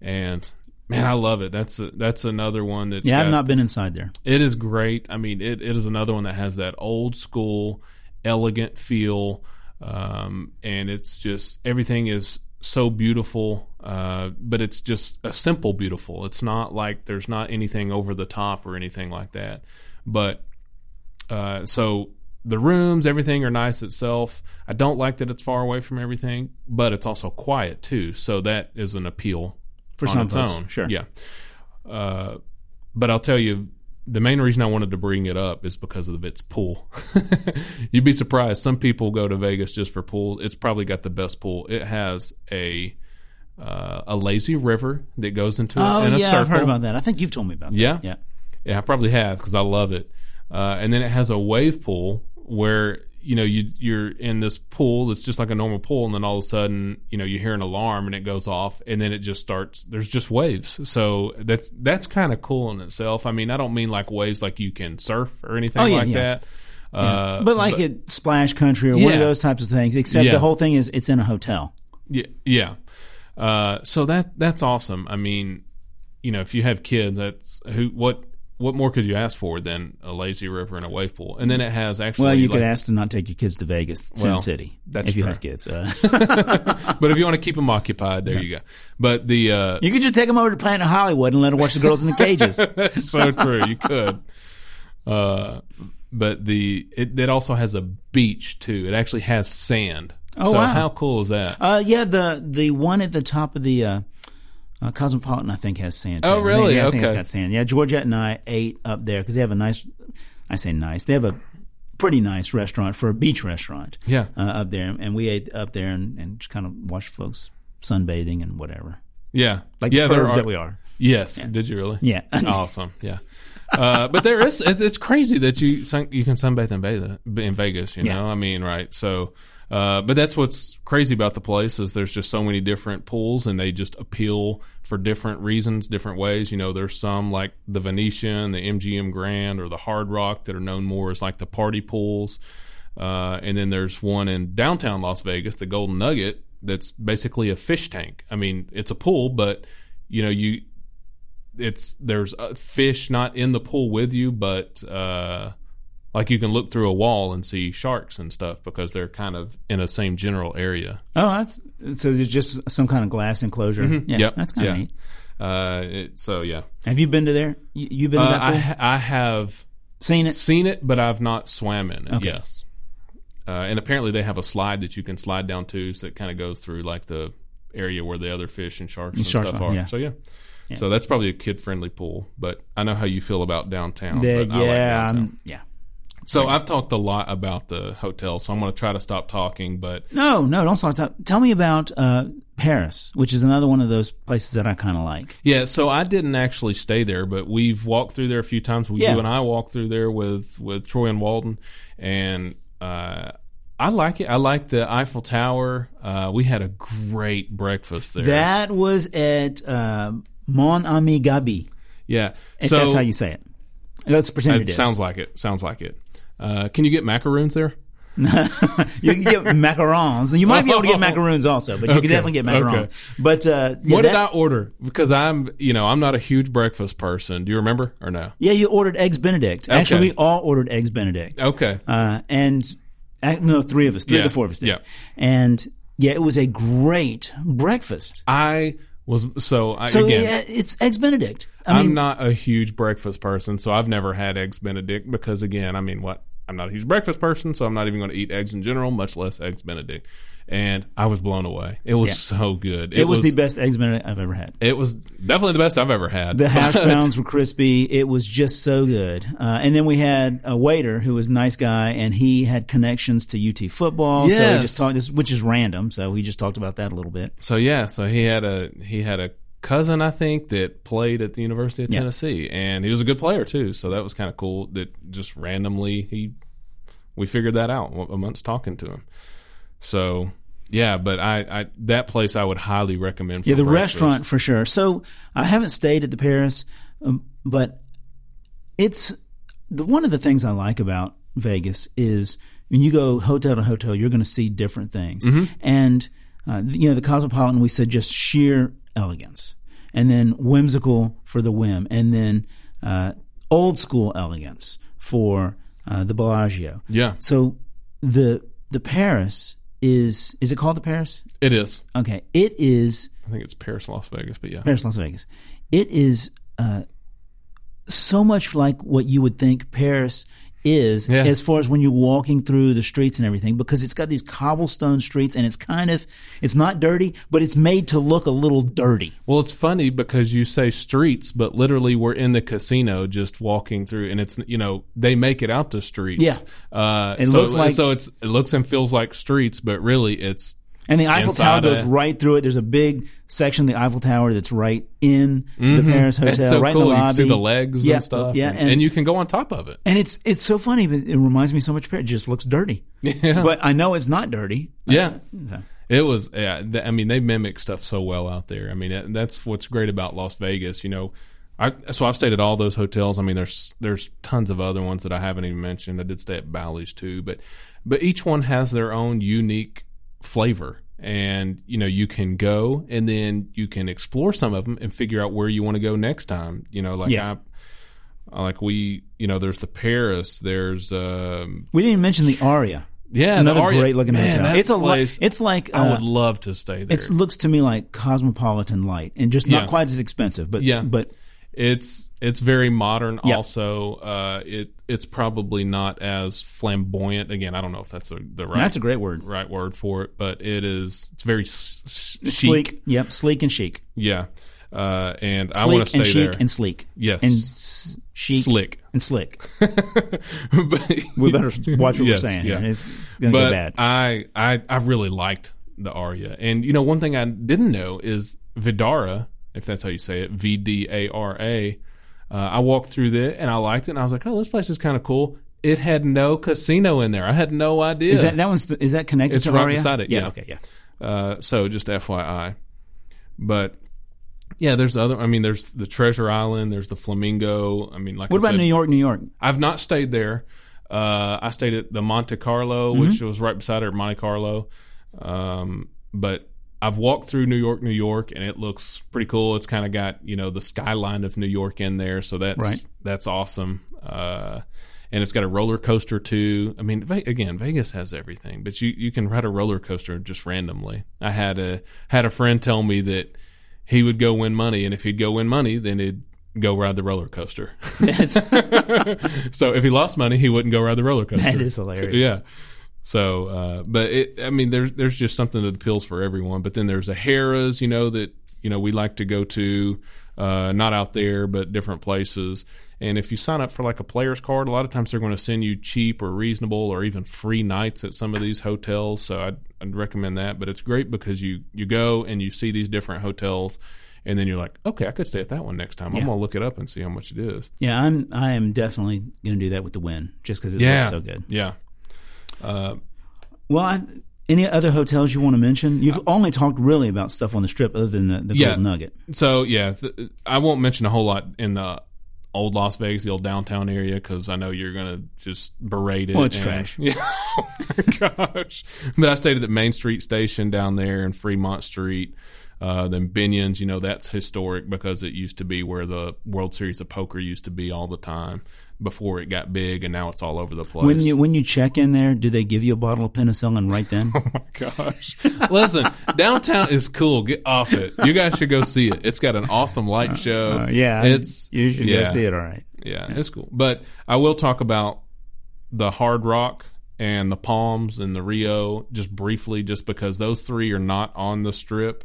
Speaker 2: and man, I love it. That's a, that's another one that's
Speaker 3: Yeah,
Speaker 2: got-
Speaker 3: I've not been inside there.
Speaker 2: it is great. I mean, it, it is another one that has that old school, elegant feel. Um, and it's just everything is so beautiful, uh, but it's just a simple beautiful. It's not like there's not anything over the top or anything like that. But uh, so the rooms, everything are nice itself. I don't like that it's far away from everything, but it's also quiet too. So that is an appeal
Speaker 3: For
Speaker 2: on
Speaker 3: some
Speaker 2: its
Speaker 3: folks,
Speaker 2: own.
Speaker 3: sure.
Speaker 2: yeah. Uh, but I'll tell you, the main reason I wanted to bring it up is because of its pool. You'd be surprised. Some people go to Vegas just for pool. It's probably got the best pool. It has a uh, a lazy river that goes into it
Speaker 3: Oh
Speaker 2: in a
Speaker 3: yeah,
Speaker 2: circle.
Speaker 3: I've heard about that. I think you've told me about that.
Speaker 2: Yeah?
Speaker 3: yeah.
Speaker 2: Yeah, I probably have because I love it. Uh, and then it has a wave pool where you know you you're in this pool that's just like a normal pool, and then all of a sudden you know you hear an alarm and it goes off, and then it just starts. There's just waves, so that's that's kind of cool in itself. I mean, I don't mean like waves like you can surf or anything
Speaker 3: Oh, yeah,
Speaker 2: like
Speaker 3: yeah.
Speaker 2: that. Uh,
Speaker 3: but like at Splash Country or one
Speaker 2: Yeah.
Speaker 3: of those types of things. Except
Speaker 2: Yeah.
Speaker 3: the whole thing is it's in a hotel.
Speaker 2: Yeah, yeah. Uh, so that that's awesome. I mean, you know, if you have kids, that's who what what more could you ask for than a lazy river and a wave pool? And then it has actually.
Speaker 3: Well, you
Speaker 2: like-
Speaker 3: could ask to not take your kids to Vegas, Sin
Speaker 2: Well,
Speaker 3: City,
Speaker 2: that's
Speaker 3: if you
Speaker 2: true.
Speaker 3: have kids. Uh,
Speaker 2: but if you want to keep them occupied, there you go. But the uh,
Speaker 3: you could just take them over to Planet Hollywood and let them watch the girls in the cages.
Speaker 2: so true. You could. Uh, but the it, it also has a beach too. It actually has sand.
Speaker 3: Oh,
Speaker 2: so
Speaker 3: wow.
Speaker 2: how cool is that?
Speaker 3: Uh, yeah, the the one at the top of the uh, uh, Cosmopolitan, I think, has sand.
Speaker 2: Oh,
Speaker 3: too. I think-
Speaker 2: really?
Speaker 3: yeah, I think it's
Speaker 2: Okay.
Speaker 3: got sand. Yeah, Georgette and I ate up there because they have a nice. I say nice. They have a pretty nice restaurant for a beach restaurant.
Speaker 2: Yeah.
Speaker 3: uh, up there, and we ate up there and, and just kind of watched folks sunbathing and whatever.
Speaker 2: yeah,
Speaker 3: Like
Speaker 2: yeah,
Speaker 3: the
Speaker 2: there
Speaker 3: pervs
Speaker 2: are-
Speaker 3: that we are.
Speaker 2: Yes, did you really?
Speaker 3: Yeah.
Speaker 2: awesome. Yeah. Uh, but there is, it- it's crazy that you sun, you can sunbathe in, Vega- in Vegas, you know?
Speaker 3: Yeah.
Speaker 2: I mean, right. So, uh, but that's what's crazy about the place is there's just so many different pools and they just appeal for different reasons, different ways. You know, there's some like the Venetian, the MGM Grand, or the Hard Rock that are known more as like the party pools. Uh, and then there's one in downtown Las Vegas, the Golden Nugget, that's basically a fish tank. I mean, it's a pool, but you know, you it's there's uh fish not in the pool with you, but uh, like you can look through a wall and see sharks and stuff because they're kind of in a same general area.
Speaker 3: Oh, that's so. There's just some kind of glass enclosure. Yeah,
Speaker 2: Mm-hmm. Yep.
Speaker 3: that's kind of
Speaker 2: Yeah.
Speaker 3: neat.
Speaker 2: Uh, it, so yeah,
Speaker 3: Have you been to there? You, you've been
Speaker 2: uh,
Speaker 3: to that
Speaker 2: I
Speaker 3: pool?
Speaker 2: ha- I have
Speaker 3: Seen it?
Speaker 2: seen it, but I've not swam in it. Yes, uh, and apparently they have a slide that you can slide down to, so it kind of goes through like the area where the other fish and sharks and
Speaker 3: sharks
Speaker 2: stuff
Speaker 3: are,
Speaker 2: are.
Speaker 3: yeah.
Speaker 2: So yeah. So that's probably a kid-friendly pool, but I know how you feel about downtown.
Speaker 3: The-
Speaker 2: but I like
Speaker 3: yeah,
Speaker 2: downtown.
Speaker 3: I'm- yeah.
Speaker 2: So I've talked a lot about the hotel, so I'm going to try to stop talking. But
Speaker 3: No, no, don't stop. Tell, tell me about uh, Paris, which is another one of those places that I kind of like.
Speaker 2: yeah, so I didn't actually stay there, but we've walked through there a few times. We,
Speaker 3: Yeah.
Speaker 2: You and I walked through there with with Troy and Walden, and uh, I like it. I like the Eiffel Tower. Uh, we had a great breakfast there.
Speaker 3: That was at uh, Mon Ami Gabi.
Speaker 2: yeah,
Speaker 3: If that's how you say it. Let's pretend it
Speaker 2: it
Speaker 3: is.
Speaker 2: sounds like it. Sounds like it. Uh, can you get macaroons there?
Speaker 3: You can get macarons. You might be able to get
Speaker 2: Oh.
Speaker 3: macaroons also, but you
Speaker 2: Okay.
Speaker 3: can definitely get macarons.
Speaker 2: Okay.
Speaker 3: But uh, yeah,
Speaker 2: what
Speaker 3: that-
Speaker 2: did I order? Because I'm, you know, I'm not a huge breakfast person. Do you remember or no?
Speaker 3: yeah, you ordered eggs Benedict. Actually,
Speaker 2: Okay.
Speaker 3: we all ordered eggs Benedict,
Speaker 2: Okay.
Speaker 3: uh, and uh, no, three of us, three
Speaker 2: Yeah.
Speaker 3: of the four of us did.
Speaker 2: Yeah.
Speaker 3: And yeah, it was a great breakfast.
Speaker 2: I was so. I,
Speaker 3: So
Speaker 2: again,
Speaker 3: yeah, it's eggs Benedict. I
Speaker 2: I
Speaker 3: mean,
Speaker 2: am not a huge breakfast person, so I've never had eggs Benedict because, again, I mean, what? I'm not a huge breakfast person, so I'm not even going to eat eggs in general, much less eggs Benedict. And I was blown away. It was so good.
Speaker 3: it was the best eggs Benedict I've ever had.
Speaker 2: It was definitely the best I've ever had.
Speaker 3: The hash browns were crispy. It was just so good. Uh, and then we had a waiter who was a nice guy, and he had connections to UT football. So we
Speaker 2: Yes.
Speaker 3: just talked, which is random. So we just talked about that a little bit.
Speaker 2: so yeah, so he had a he had a cousin I think that played at the University of Tennessee, and he was a good player too. So that was kind of cool. That just randomly he we figured that out a- amongst talking to him. So yeah, but I, I that place I would highly recommend. For
Speaker 3: Yeah, the
Speaker 2: breakfast.
Speaker 3: restaurant for sure. So I haven't stayed at the Paris, um, but it's the one of the things I like about Vegas is when you go hotel to hotel, you're going to see different things.
Speaker 2: Mm-hmm.
Speaker 3: And uh, you know, the Cosmopolitan, we said just sheer elegance, and then whimsical for the whim, and then uh, old school elegance for uh, the Bellagio.
Speaker 2: Yeah,
Speaker 3: So the the Paris is is it called the Paris?
Speaker 2: it is.
Speaker 3: Okay, it is.
Speaker 2: I think it's Paris, Las Vegas, but yeah,
Speaker 3: Paris, Las Vegas. It is uh, so much like what you would think Paris is
Speaker 2: Yeah.
Speaker 3: as far as when you're walking through the streets and everything because it's got these cobblestone streets and it's kind of it's not dirty but it's made to look a little dirty
Speaker 2: Well, it's funny because you say streets, but literally we're in the casino just walking through, and it's you know they make it out to streets.
Speaker 3: Yeah.
Speaker 2: uh,
Speaker 3: It
Speaker 2: so,
Speaker 3: looks like-
Speaker 2: so it's it looks and feels like streets, but really it's
Speaker 3: and the Eiffel
Speaker 2: Inside
Speaker 3: Tower
Speaker 2: of
Speaker 3: goes
Speaker 2: it.
Speaker 3: right through it there's a big section of the Eiffel Tower that's right in the Paris hotel
Speaker 2: Mm-hmm. it's so
Speaker 3: uh, right
Speaker 2: cool.
Speaker 3: in
Speaker 2: you
Speaker 3: the lobby
Speaker 2: can see the legs
Speaker 3: Yeah,
Speaker 2: and stuff,
Speaker 3: yeah
Speaker 2: and,
Speaker 3: and,
Speaker 2: and you can go on top of it.
Speaker 3: and it's it's so funny but it reminds me so much of Paris it just looks dirty
Speaker 2: Yeah,
Speaker 3: but I know it's not dirty
Speaker 2: yeah.
Speaker 3: so.
Speaker 2: It was, yeah, th- I mean, they mimic stuff so well out there. I mean, that- that's what's great about Las Vegas. You know, I so I've stayed at all those hotels. I mean, there's there's tons of other ones that I haven't even mentioned. I did stay at Bally's too, but but each one has their own unique flavor. And you know, you can go and then you can explore some of them and figure out where you want to go next time. You know, like
Speaker 3: Yeah.
Speaker 2: I, like we, you know, there's the Paris, there's um,
Speaker 3: we didn't even mention the Aria
Speaker 2: yeah, the
Speaker 3: another
Speaker 2: Aria-
Speaker 3: great looking
Speaker 2: Man,
Speaker 3: hotel
Speaker 2: that
Speaker 3: it's a lo-
Speaker 2: place,
Speaker 3: it's like
Speaker 2: I
Speaker 3: uh,
Speaker 2: would love to stay there.
Speaker 3: It looks to me like cosmopolitan light, and just not
Speaker 2: Yeah.
Speaker 3: quite as expensive, but
Speaker 2: Yeah.
Speaker 3: but
Speaker 2: It's it's very modern.
Speaker 3: Yeah.
Speaker 2: Also, uh, it it's probably not as flamboyant. Again, I don't know if that's the, the right
Speaker 3: that's a great word.
Speaker 2: right word for it, but it is. It's very s- s- chic.
Speaker 3: Sleek, yep, sleek and chic,
Speaker 2: Yeah, uh, and I want
Speaker 3: sleek
Speaker 2: to
Speaker 3: and
Speaker 2: stay
Speaker 3: chic
Speaker 2: there.
Speaker 3: and sleek,
Speaker 2: yes,
Speaker 3: and s- chic
Speaker 2: slick.
Speaker 3: and slick.
Speaker 2: But-
Speaker 3: We better watch what
Speaker 2: Yes,
Speaker 3: we're saying.
Speaker 2: yeah.
Speaker 3: and It's gonna
Speaker 2: but
Speaker 3: go bad.
Speaker 2: I, I I really liked the aria, and you know one thing I didn't know is Vidara, if that's how you say it, V D A R A. Uh, I walked through there and I liked it, and I was like, oh, this place is kind of cool. It had no casino in there. I had no idea.
Speaker 3: is that that one's the, is that connected
Speaker 2: It's
Speaker 3: to
Speaker 2: right
Speaker 3: Aria?
Speaker 2: beside it, yeah.
Speaker 3: okay, yeah.
Speaker 2: Uh, so just FYI. But yeah, there's other. I mean, there's the Treasure Island. There's the Flamingo. I mean, like
Speaker 3: What
Speaker 2: I
Speaker 3: about
Speaker 2: said,
Speaker 3: New York? New York.
Speaker 2: I've not stayed there. Uh, I stayed at the Monte Carlo, which was right beside it at Monte Carlo. Um, but I've walked through New York, New York, and it looks pretty cool. It's kind of got you know the skyline of New York in there, so that's
Speaker 3: Right.
Speaker 2: that's awesome. Uh, and it's got a roller coaster too. I mean, Ve- again, Vegas has everything, but you you can ride a roller coaster just randomly. I had a had a friend tell me that he would go win money, and if he'd go win money, then he'd go ride the roller coaster.
Speaker 3: That's,
Speaker 2: so if he lost money, he wouldn't go ride the roller coaster.
Speaker 3: that is hilarious.
Speaker 2: yeah. So, uh, but it, I mean, there's there's just something that appeals for everyone. But then there's a Harrah's, you know, that you know we like to go to, uh, not out there, but different places. And if you sign up for like a player's card, a lot of times they're going to send you cheap or reasonable or even free nights at some of these hotels. So I'd, I'd recommend that. But it's great because you you go and you see these different hotels, and then you're like, okay, I could stay at that one next time. I'm gonna look it up and see how much it is.
Speaker 3: yeah. I'm I am definitely gonna do that with the win, just because it
Speaker 2: Yeah,
Speaker 3: looks so good.
Speaker 2: Yeah.
Speaker 3: Well, I, any other hotels you want to mention? You've only talked really about stuff on the strip, other than the, the
Speaker 2: Uh, Yeah.
Speaker 3: Gold Nugget.
Speaker 2: So yeah, th- I won't mention a whole lot in the old Las Vegas, the old downtown area, because I know you're gonna just berate it.
Speaker 3: Well, it's
Speaker 2: and-
Speaker 3: trash.
Speaker 2: Yeah. oh my gosh. But I stayed at the Main Street Station down there in Fremont Street. Uh, then Binion's, you know, that's historic because it used to be where the World Series of Poker used to be all the time before it got big, and now it's all over the place.
Speaker 3: When you when you check in there, do they give you a bottle of penicillin right then?
Speaker 2: Oh gosh. Listen, downtown is cool. Get off it. You guys should go see it. It's got an awesome
Speaker 3: Uh,
Speaker 2: light show. Oh, it's yeah,
Speaker 3: it. All right.
Speaker 2: Yeah, it's cool. But I will talk about the Hard Rock and the Palms and the Rio just briefly, just because those three are not on the strip,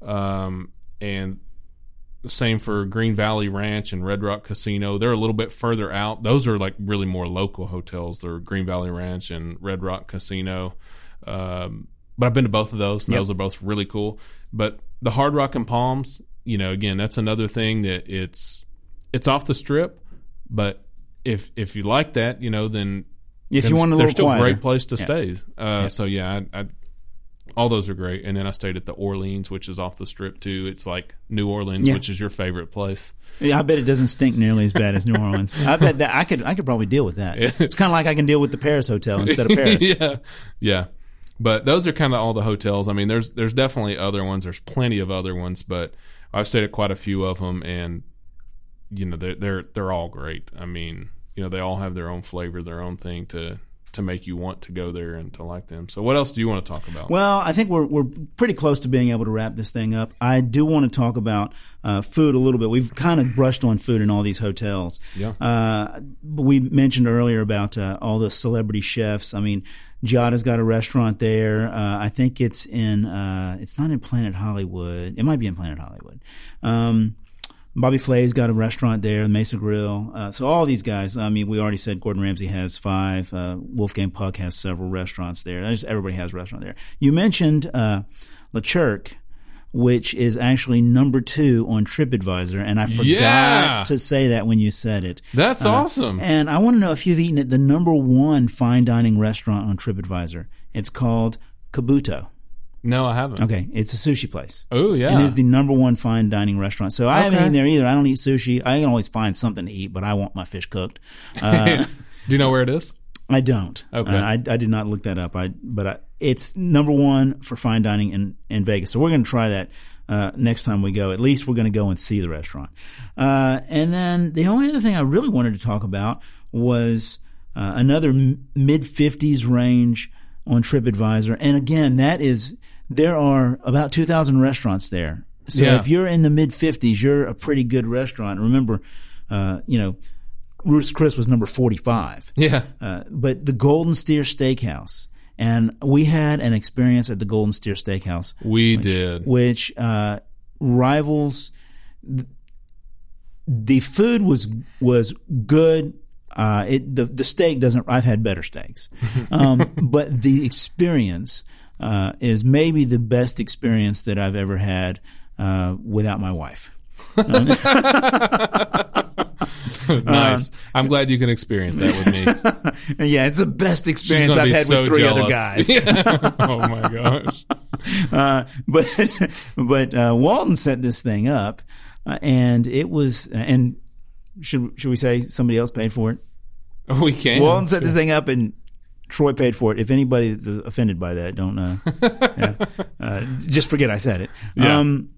Speaker 2: um, and same for Green Valley Ranch and Red Rock Casino. They're a little bit further out. Those are like really more local hotels. They're Green Valley Ranch and Red Rock Casino. Um, but I've been to both of those. and Those are both really cool. But the Hard Rock and Palms, you know, again, that's another thing that it's it's off the strip, but if if you like that, you know, then
Speaker 3: If you
Speaker 2: then
Speaker 3: want a
Speaker 2: they're
Speaker 3: little
Speaker 2: still a
Speaker 3: quieter,
Speaker 2: great place to stay. Uh, So yeah, I, I, all those are great. And then I stayed at the Orleans, which is off the strip too. It's like New Orleans,
Speaker 3: Yeah.
Speaker 2: which is your favorite place.
Speaker 3: Yeah, I bet it doesn't stink nearly as bad as New Orleans. I bet that I could I could probably deal with that. It's kind of like I can deal with the Paris hotel instead of Paris.
Speaker 2: yeah, yeah. But those are kind of all the hotels. I mean, there's there's definitely other ones. There's plenty of other ones, but I've stayed at quite a few of them, and you know they're they're they're all great. I mean, you know they all have their own flavor, their own thing to to make you want to go there and to like them. So what else do you want to talk about?
Speaker 3: Well, I think we're we're pretty close to being able to wrap this thing up. I do want to talk about uh, food a little bit. We've kind of brushed on food in all these hotels.
Speaker 2: Yeah.
Speaker 3: Uh, we mentioned earlier about uh, all the celebrity chefs. I mean, Giada's got a restaurant there. Uh, I think it's in. Uh, it's not in Planet Hollywood. It might be in Planet Hollywood. Um, Bobby Flay's got a restaurant there, Mesa Grill. Uh, so all these guys. I mean, we already said Gordon Ramsay has five. Uh, Wolfgang Puck has several restaurants there. Just everybody has a restaurant there. You mentioned uh, La Chirque, which is actually number two on TripAdvisor, and I forgot
Speaker 2: Yeah.
Speaker 3: to say that when you said it.
Speaker 2: That's awesome.
Speaker 3: Uh, And I want to know if you've eaten at the number one fine dining restaurant on TripAdvisor. It's called Kabuto.
Speaker 2: No, I haven't.
Speaker 3: Okay, it's a sushi place.
Speaker 2: Oh yeah.
Speaker 3: And is the number one fine dining restaurant. So I haven't
Speaker 2: Okay.
Speaker 3: eaten there either. I don't eat sushi. I can always find something to eat, but I want my fish cooked. Uh,
Speaker 2: do you know where it is?
Speaker 3: I don't.
Speaker 2: Okay.
Speaker 3: Uh, I, I did not look that up. I but I, it's number one for fine dining in, in Vegas. So we're going to try that uh, next time we go. At least we're going to go and see the restaurant. Uh, and then the only other thing I really wanted to talk about was uh, another m- mid fifties range on TripAdvisor. And again, that is there are about two thousand restaurants there. So
Speaker 2: Yeah.
Speaker 3: if you're in the mid fifties, you're a pretty good restaurant. Remember, uh, you know, Ruth's Chris was number forty five
Speaker 2: Yeah.
Speaker 3: Uh, but the Golden Steer Steakhouse, and we had an experience at the Golden Steer Steakhouse,
Speaker 2: we did.
Speaker 3: which uh, rivals. The food was was good. Uh, it the the steak doesn't. I've had better steaks, um, but the experience uh, is maybe the best experience that I've ever had uh, without my wife.
Speaker 2: nice. I'm glad you can experience that with me. She's
Speaker 3: Yeah, it's the best experience
Speaker 2: gonna
Speaker 3: I've
Speaker 2: be
Speaker 3: had
Speaker 2: so
Speaker 3: with three other
Speaker 2: jealous.
Speaker 3: guys.
Speaker 2: oh my gosh.
Speaker 3: Uh, but but uh, Walton set this thing up, uh, and it was and should should we say somebody else paid for it?
Speaker 2: We can.
Speaker 3: Walton set this thing up, and Troy paid for it. If anybody's offended by that, don't uh, yeah. uh, just forget I said it.
Speaker 2: Yeah.
Speaker 3: Um,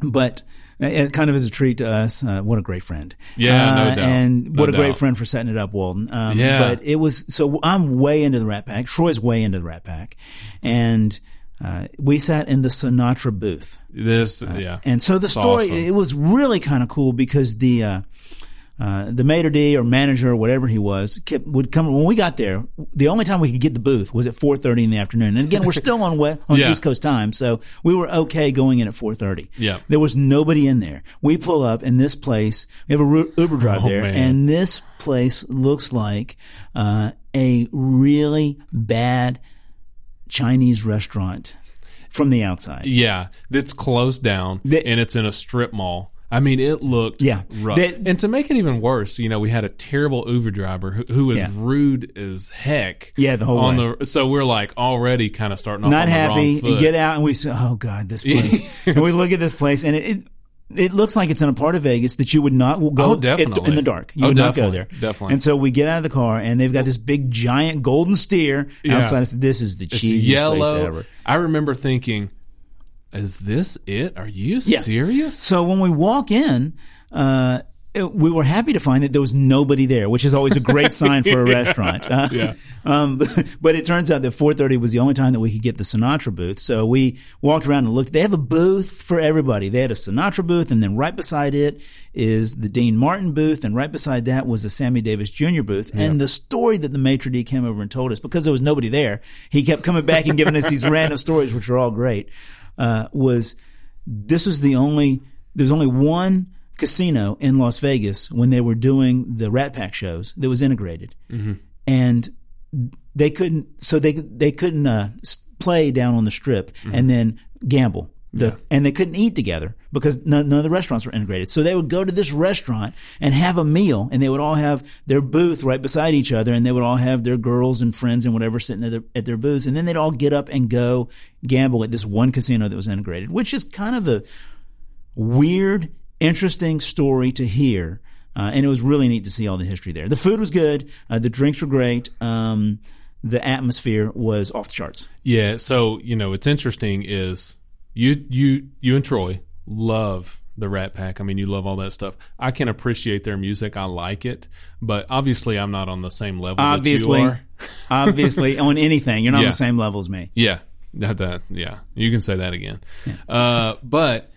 Speaker 3: but. uh, It kind of is a treat to us. Uh, what a great friend!
Speaker 2: Yeah, no
Speaker 3: Uh,
Speaker 2: doubt.
Speaker 3: And
Speaker 2: No
Speaker 3: what a great
Speaker 2: doubt.
Speaker 3: friend for setting it up, Walton. Um,
Speaker 2: Yeah.
Speaker 3: But it was so I'm way into the Rat Pack. Troy's way into the Rat Pack, and uh, we sat in the Sinatra booth.
Speaker 2: this yeah.
Speaker 3: uh, And so the
Speaker 2: It's
Speaker 3: story
Speaker 2: awesome.
Speaker 3: it was really kind of cool because the uh, uh, the maitre d or manager or whatever he was kept, would come when we got there. The only time we could get the booth was at four thirty in the afternoon. And again, we're still on we- on
Speaker 2: Yeah.
Speaker 3: East Coast time, so we were okay going in at four thirty.
Speaker 2: Yeah.
Speaker 3: there was nobody in there. We pull up in this place. We have a Ru- Uber drive there,
Speaker 2: Oh, man.
Speaker 3: and this place looks like uh, a really bad Chinese restaurant from the outside.
Speaker 2: Yeah, that's closed down
Speaker 3: That-
Speaker 2: and it's in a strip mall. I mean, it looked
Speaker 3: Yeah,
Speaker 2: rough.
Speaker 3: that-
Speaker 2: and to make it even worse, you know, we had a terrible Uber driver who, who was
Speaker 3: Yeah.
Speaker 2: rude as heck.
Speaker 3: Yeah, the whole
Speaker 2: on
Speaker 3: way.
Speaker 2: the so we're like already kind of starting off
Speaker 3: not
Speaker 2: on
Speaker 3: happy
Speaker 2: The wrong
Speaker 3: and
Speaker 2: foot.
Speaker 3: get out and we say oh god this place and we look at this place and it, it it looks like it's in a part of Vegas that you would not
Speaker 2: Oh,
Speaker 3: go if-
Speaker 2: definitely.
Speaker 3: in the dark. You
Speaker 2: Oh,
Speaker 3: would not go
Speaker 2: definitely,
Speaker 3: there.
Speaker 2: definitely.
Speaker 3: And so we get out of the car, and they've got this big, giant golden steer
Speaker 2: Yeah.
Speaker 3: outside. Us. This is the
Speaker 2: It's
Speaker 3: cheesiest place
Speaker 2: yellow.
Speaker 3: ever.
Speaker 2: I remember thinking, "Is this it? Are you serious?"
Speaker 3: So when we walk in, uh, it- we were happy to find that there was nobody there, which is always a great sign for a restaurant. Uh,
Speaker 2: Yeah.
Speaker 3: Um, but it turns out that 4:30 was the only time that we could get the Sinatra booth. So we walked around and looked. They have a booth for everybody. They had a Sinatra booth, and then right beside it is the Dean Martin booth, and right beside that was the Sammy Davis Jr. booth. And the story that the maitre d came over and told us, because there was nobody there, he kept coming back and giving us these random stories, which are all great. Uh, was this was the only there's only one casino in Las Vegas when they were doing the Rat Pack shows that was integrated, and they couldn't so they they couldn't uh, s- play down on the strip and then gamble. The, And they couldn't eat together because none, none of the restaurants were integrated. So they would go to this restaurant and have a meal, and they would all have their booth right beside each other, and they would all have their girls and friends and whatever sitting at their, at their booths, and then they'd all get up and go gamble at this one casino that was integrated, which is kind of a weird, interesting story to hear. Uh, and it was really neat to see all the history there. The food was good. Uh, the drinks were great. Um, the atmosphere was off the charts.
Speaker 2: Yeah. So you know, it's interesting is you you you and Troy love the Rat Pack. I mean, you love all that stuff. I can appreciate their music. I like it, but obviously, I'm not on the same level. that you
Speaker 3: Obviously.
Speaker 2: are.
Speaker 3: obviously, on anything. You're not on
Speaker 2: Yeah.
Speaker 3: the same level as me.
Speaker 2: Yeah, that, that yeah, you can say that again. Uh, but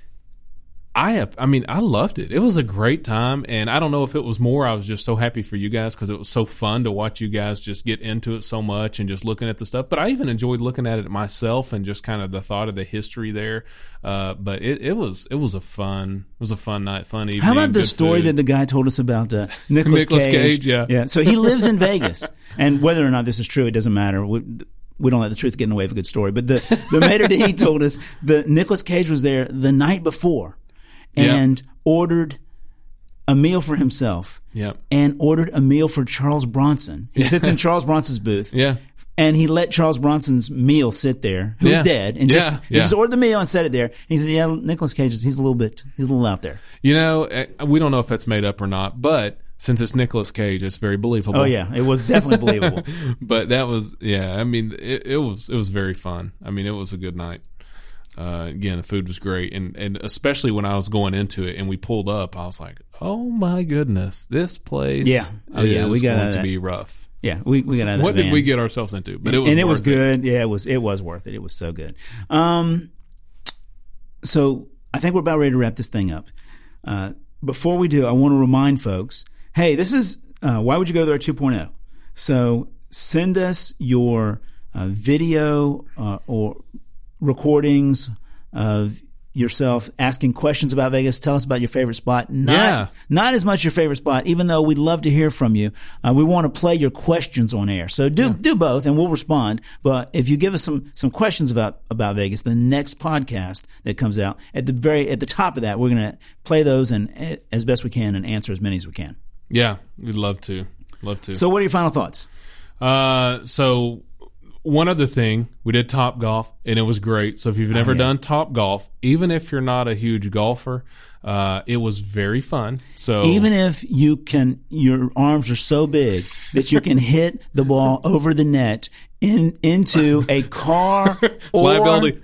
Speaker 2: I I mean I loved it. It was a great time, and I don't know if it was more. I was just so happy for you guys because it was so fun to watch you guys just get into it so much and just looking at the stuff. But I even enjoyed looking at it myself and just kind of the thought of the history there. Uh, but it, it was it was a fun it was a fun night, fun evening.
Speaker 3: How about the
Speaker 2: good
Speaker 3: story
Speaker 2: food.
Speaker 3: that the guy told us about uh, Nicholas
Speaker 2: Nicolas
Speaker 3: Cage?
Speaker 2: Cage, yeah.
Speaker 3: yeah. So he lives in Vegas, and whether or not this is true, it doesn't matter. We, we don't let the truth get in the way of a good story. But the the mater d he told us that Nicholas Cage was there the night before,
Speaker 2: Yeah.
Speaker 3: and ordered a meal for himself,
Speaker 2: Yep.
Speaker 3: and ordered a meal for Charles Bronson. He sits in Charles Bronson's booth,
Speaker 2: Yeah.
Speaker 3: and he let Charles Bronson's meal sit there, who's
Speaker 2: Yeah.
Speaker 3: dead, and just
Speaker 2: Yeah,
Speaker 3: he just
Speaker 2: yeah.
Speaker 3: ordered the meal and set it there. And he said, "Yeah, Nicholas Cage is he's a little bit he's a little out there."
Speaker 2: You know, eh, we don't know if that's made up or not, but since it's Nicolas Cage, it's very believable.
Speaker 3: Oh yeah, it was definitely believable.
Speaker 2: but that was yeah i mean it, it was it was very fun i mean it was a good night uh, again the food was great and and especially when i was going into it and we pulled up i was like oh my goodness this place
Speaker 3: Yeah. Oh, yeah,
Speaker 2: is
Speaker 3: we got out
Speaker 2: going
Speaker 3: of
Speaker 2: to
Speaker 3: that.
Speaker 2: be rough
Speaker 3: Yeah, we, we got out of
Speaker 2: what
Speaker 3: that
Speaker 2: did
Speaker 3: van.
Speaker 2: we get ourselves into but it was
Speaker 3: and it was
Speaker 2: worth it.
Speaker 3: good. Yeah, it was it was worth it. It was so good. Um, so I think we're about ready to wrap this thing up. Uh, before we do, I want to remind folks: Hey, this is uh, why would you go there 2.0? oh? So send us your uh, video uh, or recordings of yourself asking questions about Vegas. Tell us about your favorite spot. Not,
Speaker 2: Yeah.
Speaker 3: not as much your favorite spot, even though we'd love to hear from you. Uh, we want to play your questions on air. So do, do both and we'll respond. But if you give us some, some questions about, about Vegas, the next podcast that comes out at the very, at the top of that, we're going to play those and eh, as best we can and answer as many as we can.
Speaker 2: yeah we'd love to love to
Speaker 3: So what are your final thoughts?
Speaker 2: Uh, so one other thing, we did Top Golf, and it was great. So if
Speaker 3: Oh,
Speaker 2: you've never done Top Golf, even if you're not a huge golfer, uh, it was very fun. So
Speaker 3: Even if you can, your arms are so big that you can hit the ball over the net in into a car or
Speaker 2: Liability.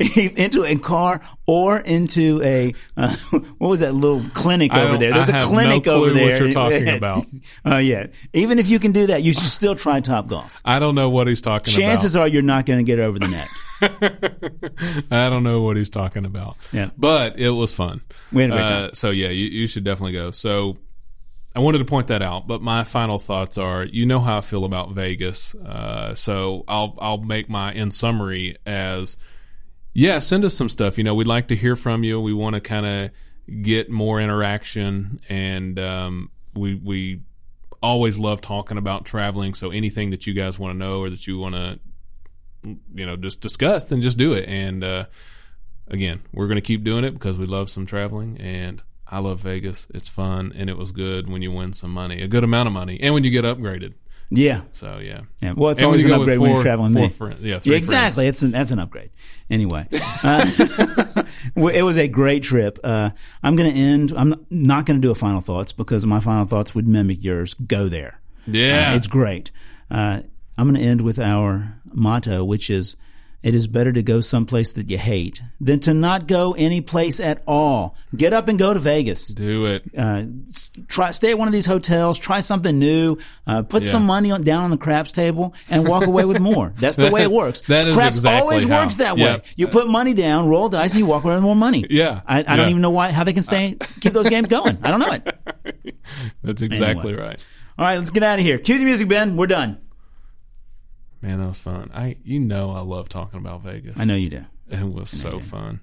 Speaker 3: into a car or into a uh, what was that little clinic
Speaker 2: I
Speaker 3: over
Speaker 2: don't-
Speaker 3: there? There's
Speaker 2: I
Speaker 3: a
Speaker 2: have
Speaker 3: clinic
Speaker 2: no clue
Speaker 3: over
Speaker 2: what
Speaker 3: there.
Speaker 2: you're talking about.
Speaker 3: Oh yeah. Even if you can do that, you should still try top golf.
Speaker 2: I don't know what he's talking
Speaker 3: Chances are you're not going to get over the net.
Speaker 2: about. I don't know what he's talking about.
Speaker 3: Yeah.
Speaker 2: but it was fun.
Speaker 3: We had a great time.
Speaker 2: Uh, so yeah, you, you should definitely go. So I wanted to point that out, but my final thoughts are: you know how I feel about Vegas, uh, so I'll I'll make my in summary as yeah, send us some stuff. You know, we'd like to hear from you. We want to kind of get more interaction, and um, we we always love talking about traveling. So anything that you guys want to know or that you want to you know just discuss, then just do it. And uh, again, we're going to keep doing it because we love some traveling and I love Vegas. It's fun and it was good when you win some money, a good amount of money, and when you get upgraded.
Speaker 3: Yeah.
Speaker 2: So yeah,
Speaker 3: yeah. Well, it's
Speaker 2: And
Speaker 3: always
Speaker 2: you go
Speaker 3: an
Speaker 2: with
Speaker 3: upgrade when you're
Speaker 2: four-
Speaker 3: traveling.
Speaker 2: four
Speaker 3: with me.
Speaker 2: friends- yeah,
Speaker 3: Yeah,
Speaker 2: three
Speaker 3: exactly. It's an, that's an upgrade. Anyway, uh, well, it was a great trip. Uh, I'm going to end. I'm not going to do a final thoughts because my final thoughts would mimic yours. Go there.
Speaker 2: friends. Yeah,
Speaker 3: Uh, it's great. Uh, I'm going to end with our motto, which is it is better to go someplace that you hate than to not go any place at all. Get up and go to Vegas.
Speaker 2: do it.
Speaker 3: Uh, s- try stay at one of these hotels. Try something new. Uh, put some money on, down on the craps table and walk away with more. That's the way it works.
Speaker 2: That is
Speaker 3: craps
Speaker 2: exactly
Speaker 3: always
Speaker 2: how-
Speaker 3: works that
Speaker 2: yeah.
Speaker 3: way. You put money down, roll dice, and you walk away with more money.
Speaker 2: Yeah.
Speaker 3: I, I don't
Speaker 2: Yeah. Uh,
Speaker 3: even know why how they can stay keep those games going. I don't know it.
Speaker 2: That's exactly right.
Speaker 3: All right, let's get out of here. Cue the music, Ben. We're done.
Speaker 2: Man, that was fun. I you know I love talking about Vegas.
Speaker 3: I know you do.
Speaker 2: It was so fun.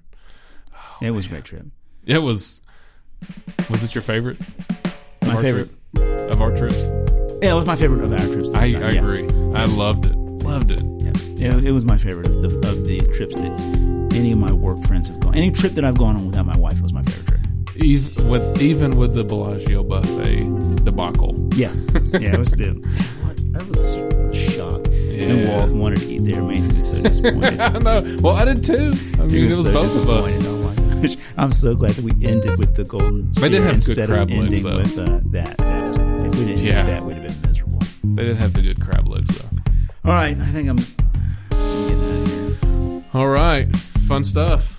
Speaker 3: It was a great trip.
Speaker 2: It was. Was it your favorite?
Speaker 3: My
Speaker 2: Our
Speaker 3: favorite.
Speaker 2: trip? of our trips.
Speaker 3: Yeah, it was my favorite of our trips. that
Speaker 2: I, I
Speaker 3: we've done. Yeah.
Speaker 2: agree. I loved it. Loved it.
Speaker 3: Yeah. Yeah, it was my favorite of the, of the trips that any of my work friends have gone. Any trip that I've gone on without my wife was my favorite trip.
Speaker 2: Even with even with the Bellagio buffet debacle.
Speaker 3: Yeah, yeah, it was the what? That was a shock. And
Speaker 2: Yeah.
Speaker 3: Walt wanted to eat there, man. He was so disappointed.
Speaker 2: I know. Well, I did too. I mean,
Speaker 3: He
Speaker 2: it was
Speaker 3: so
Speaker 2: both of us.
Speaker 3: disappointed. Oh my gosh! I'm so glad that we ended with the golden. Sphere
Speaker 2: did have good
Speaker 3: instead
Speaker 2: crab
Speaker 3: of ending
Speaker 2: legs, though.
Speaker 3: with uh, that. that was, if we didn't
Speaker 2: Yeah.
Speaker 3: eat that, we'd have been miserable.
Speaker 2: They did have the good crab legs though.
Speaker 3: All right, I think I'm. I'm getting out of here.
Speaker 2: All right, fun stuff.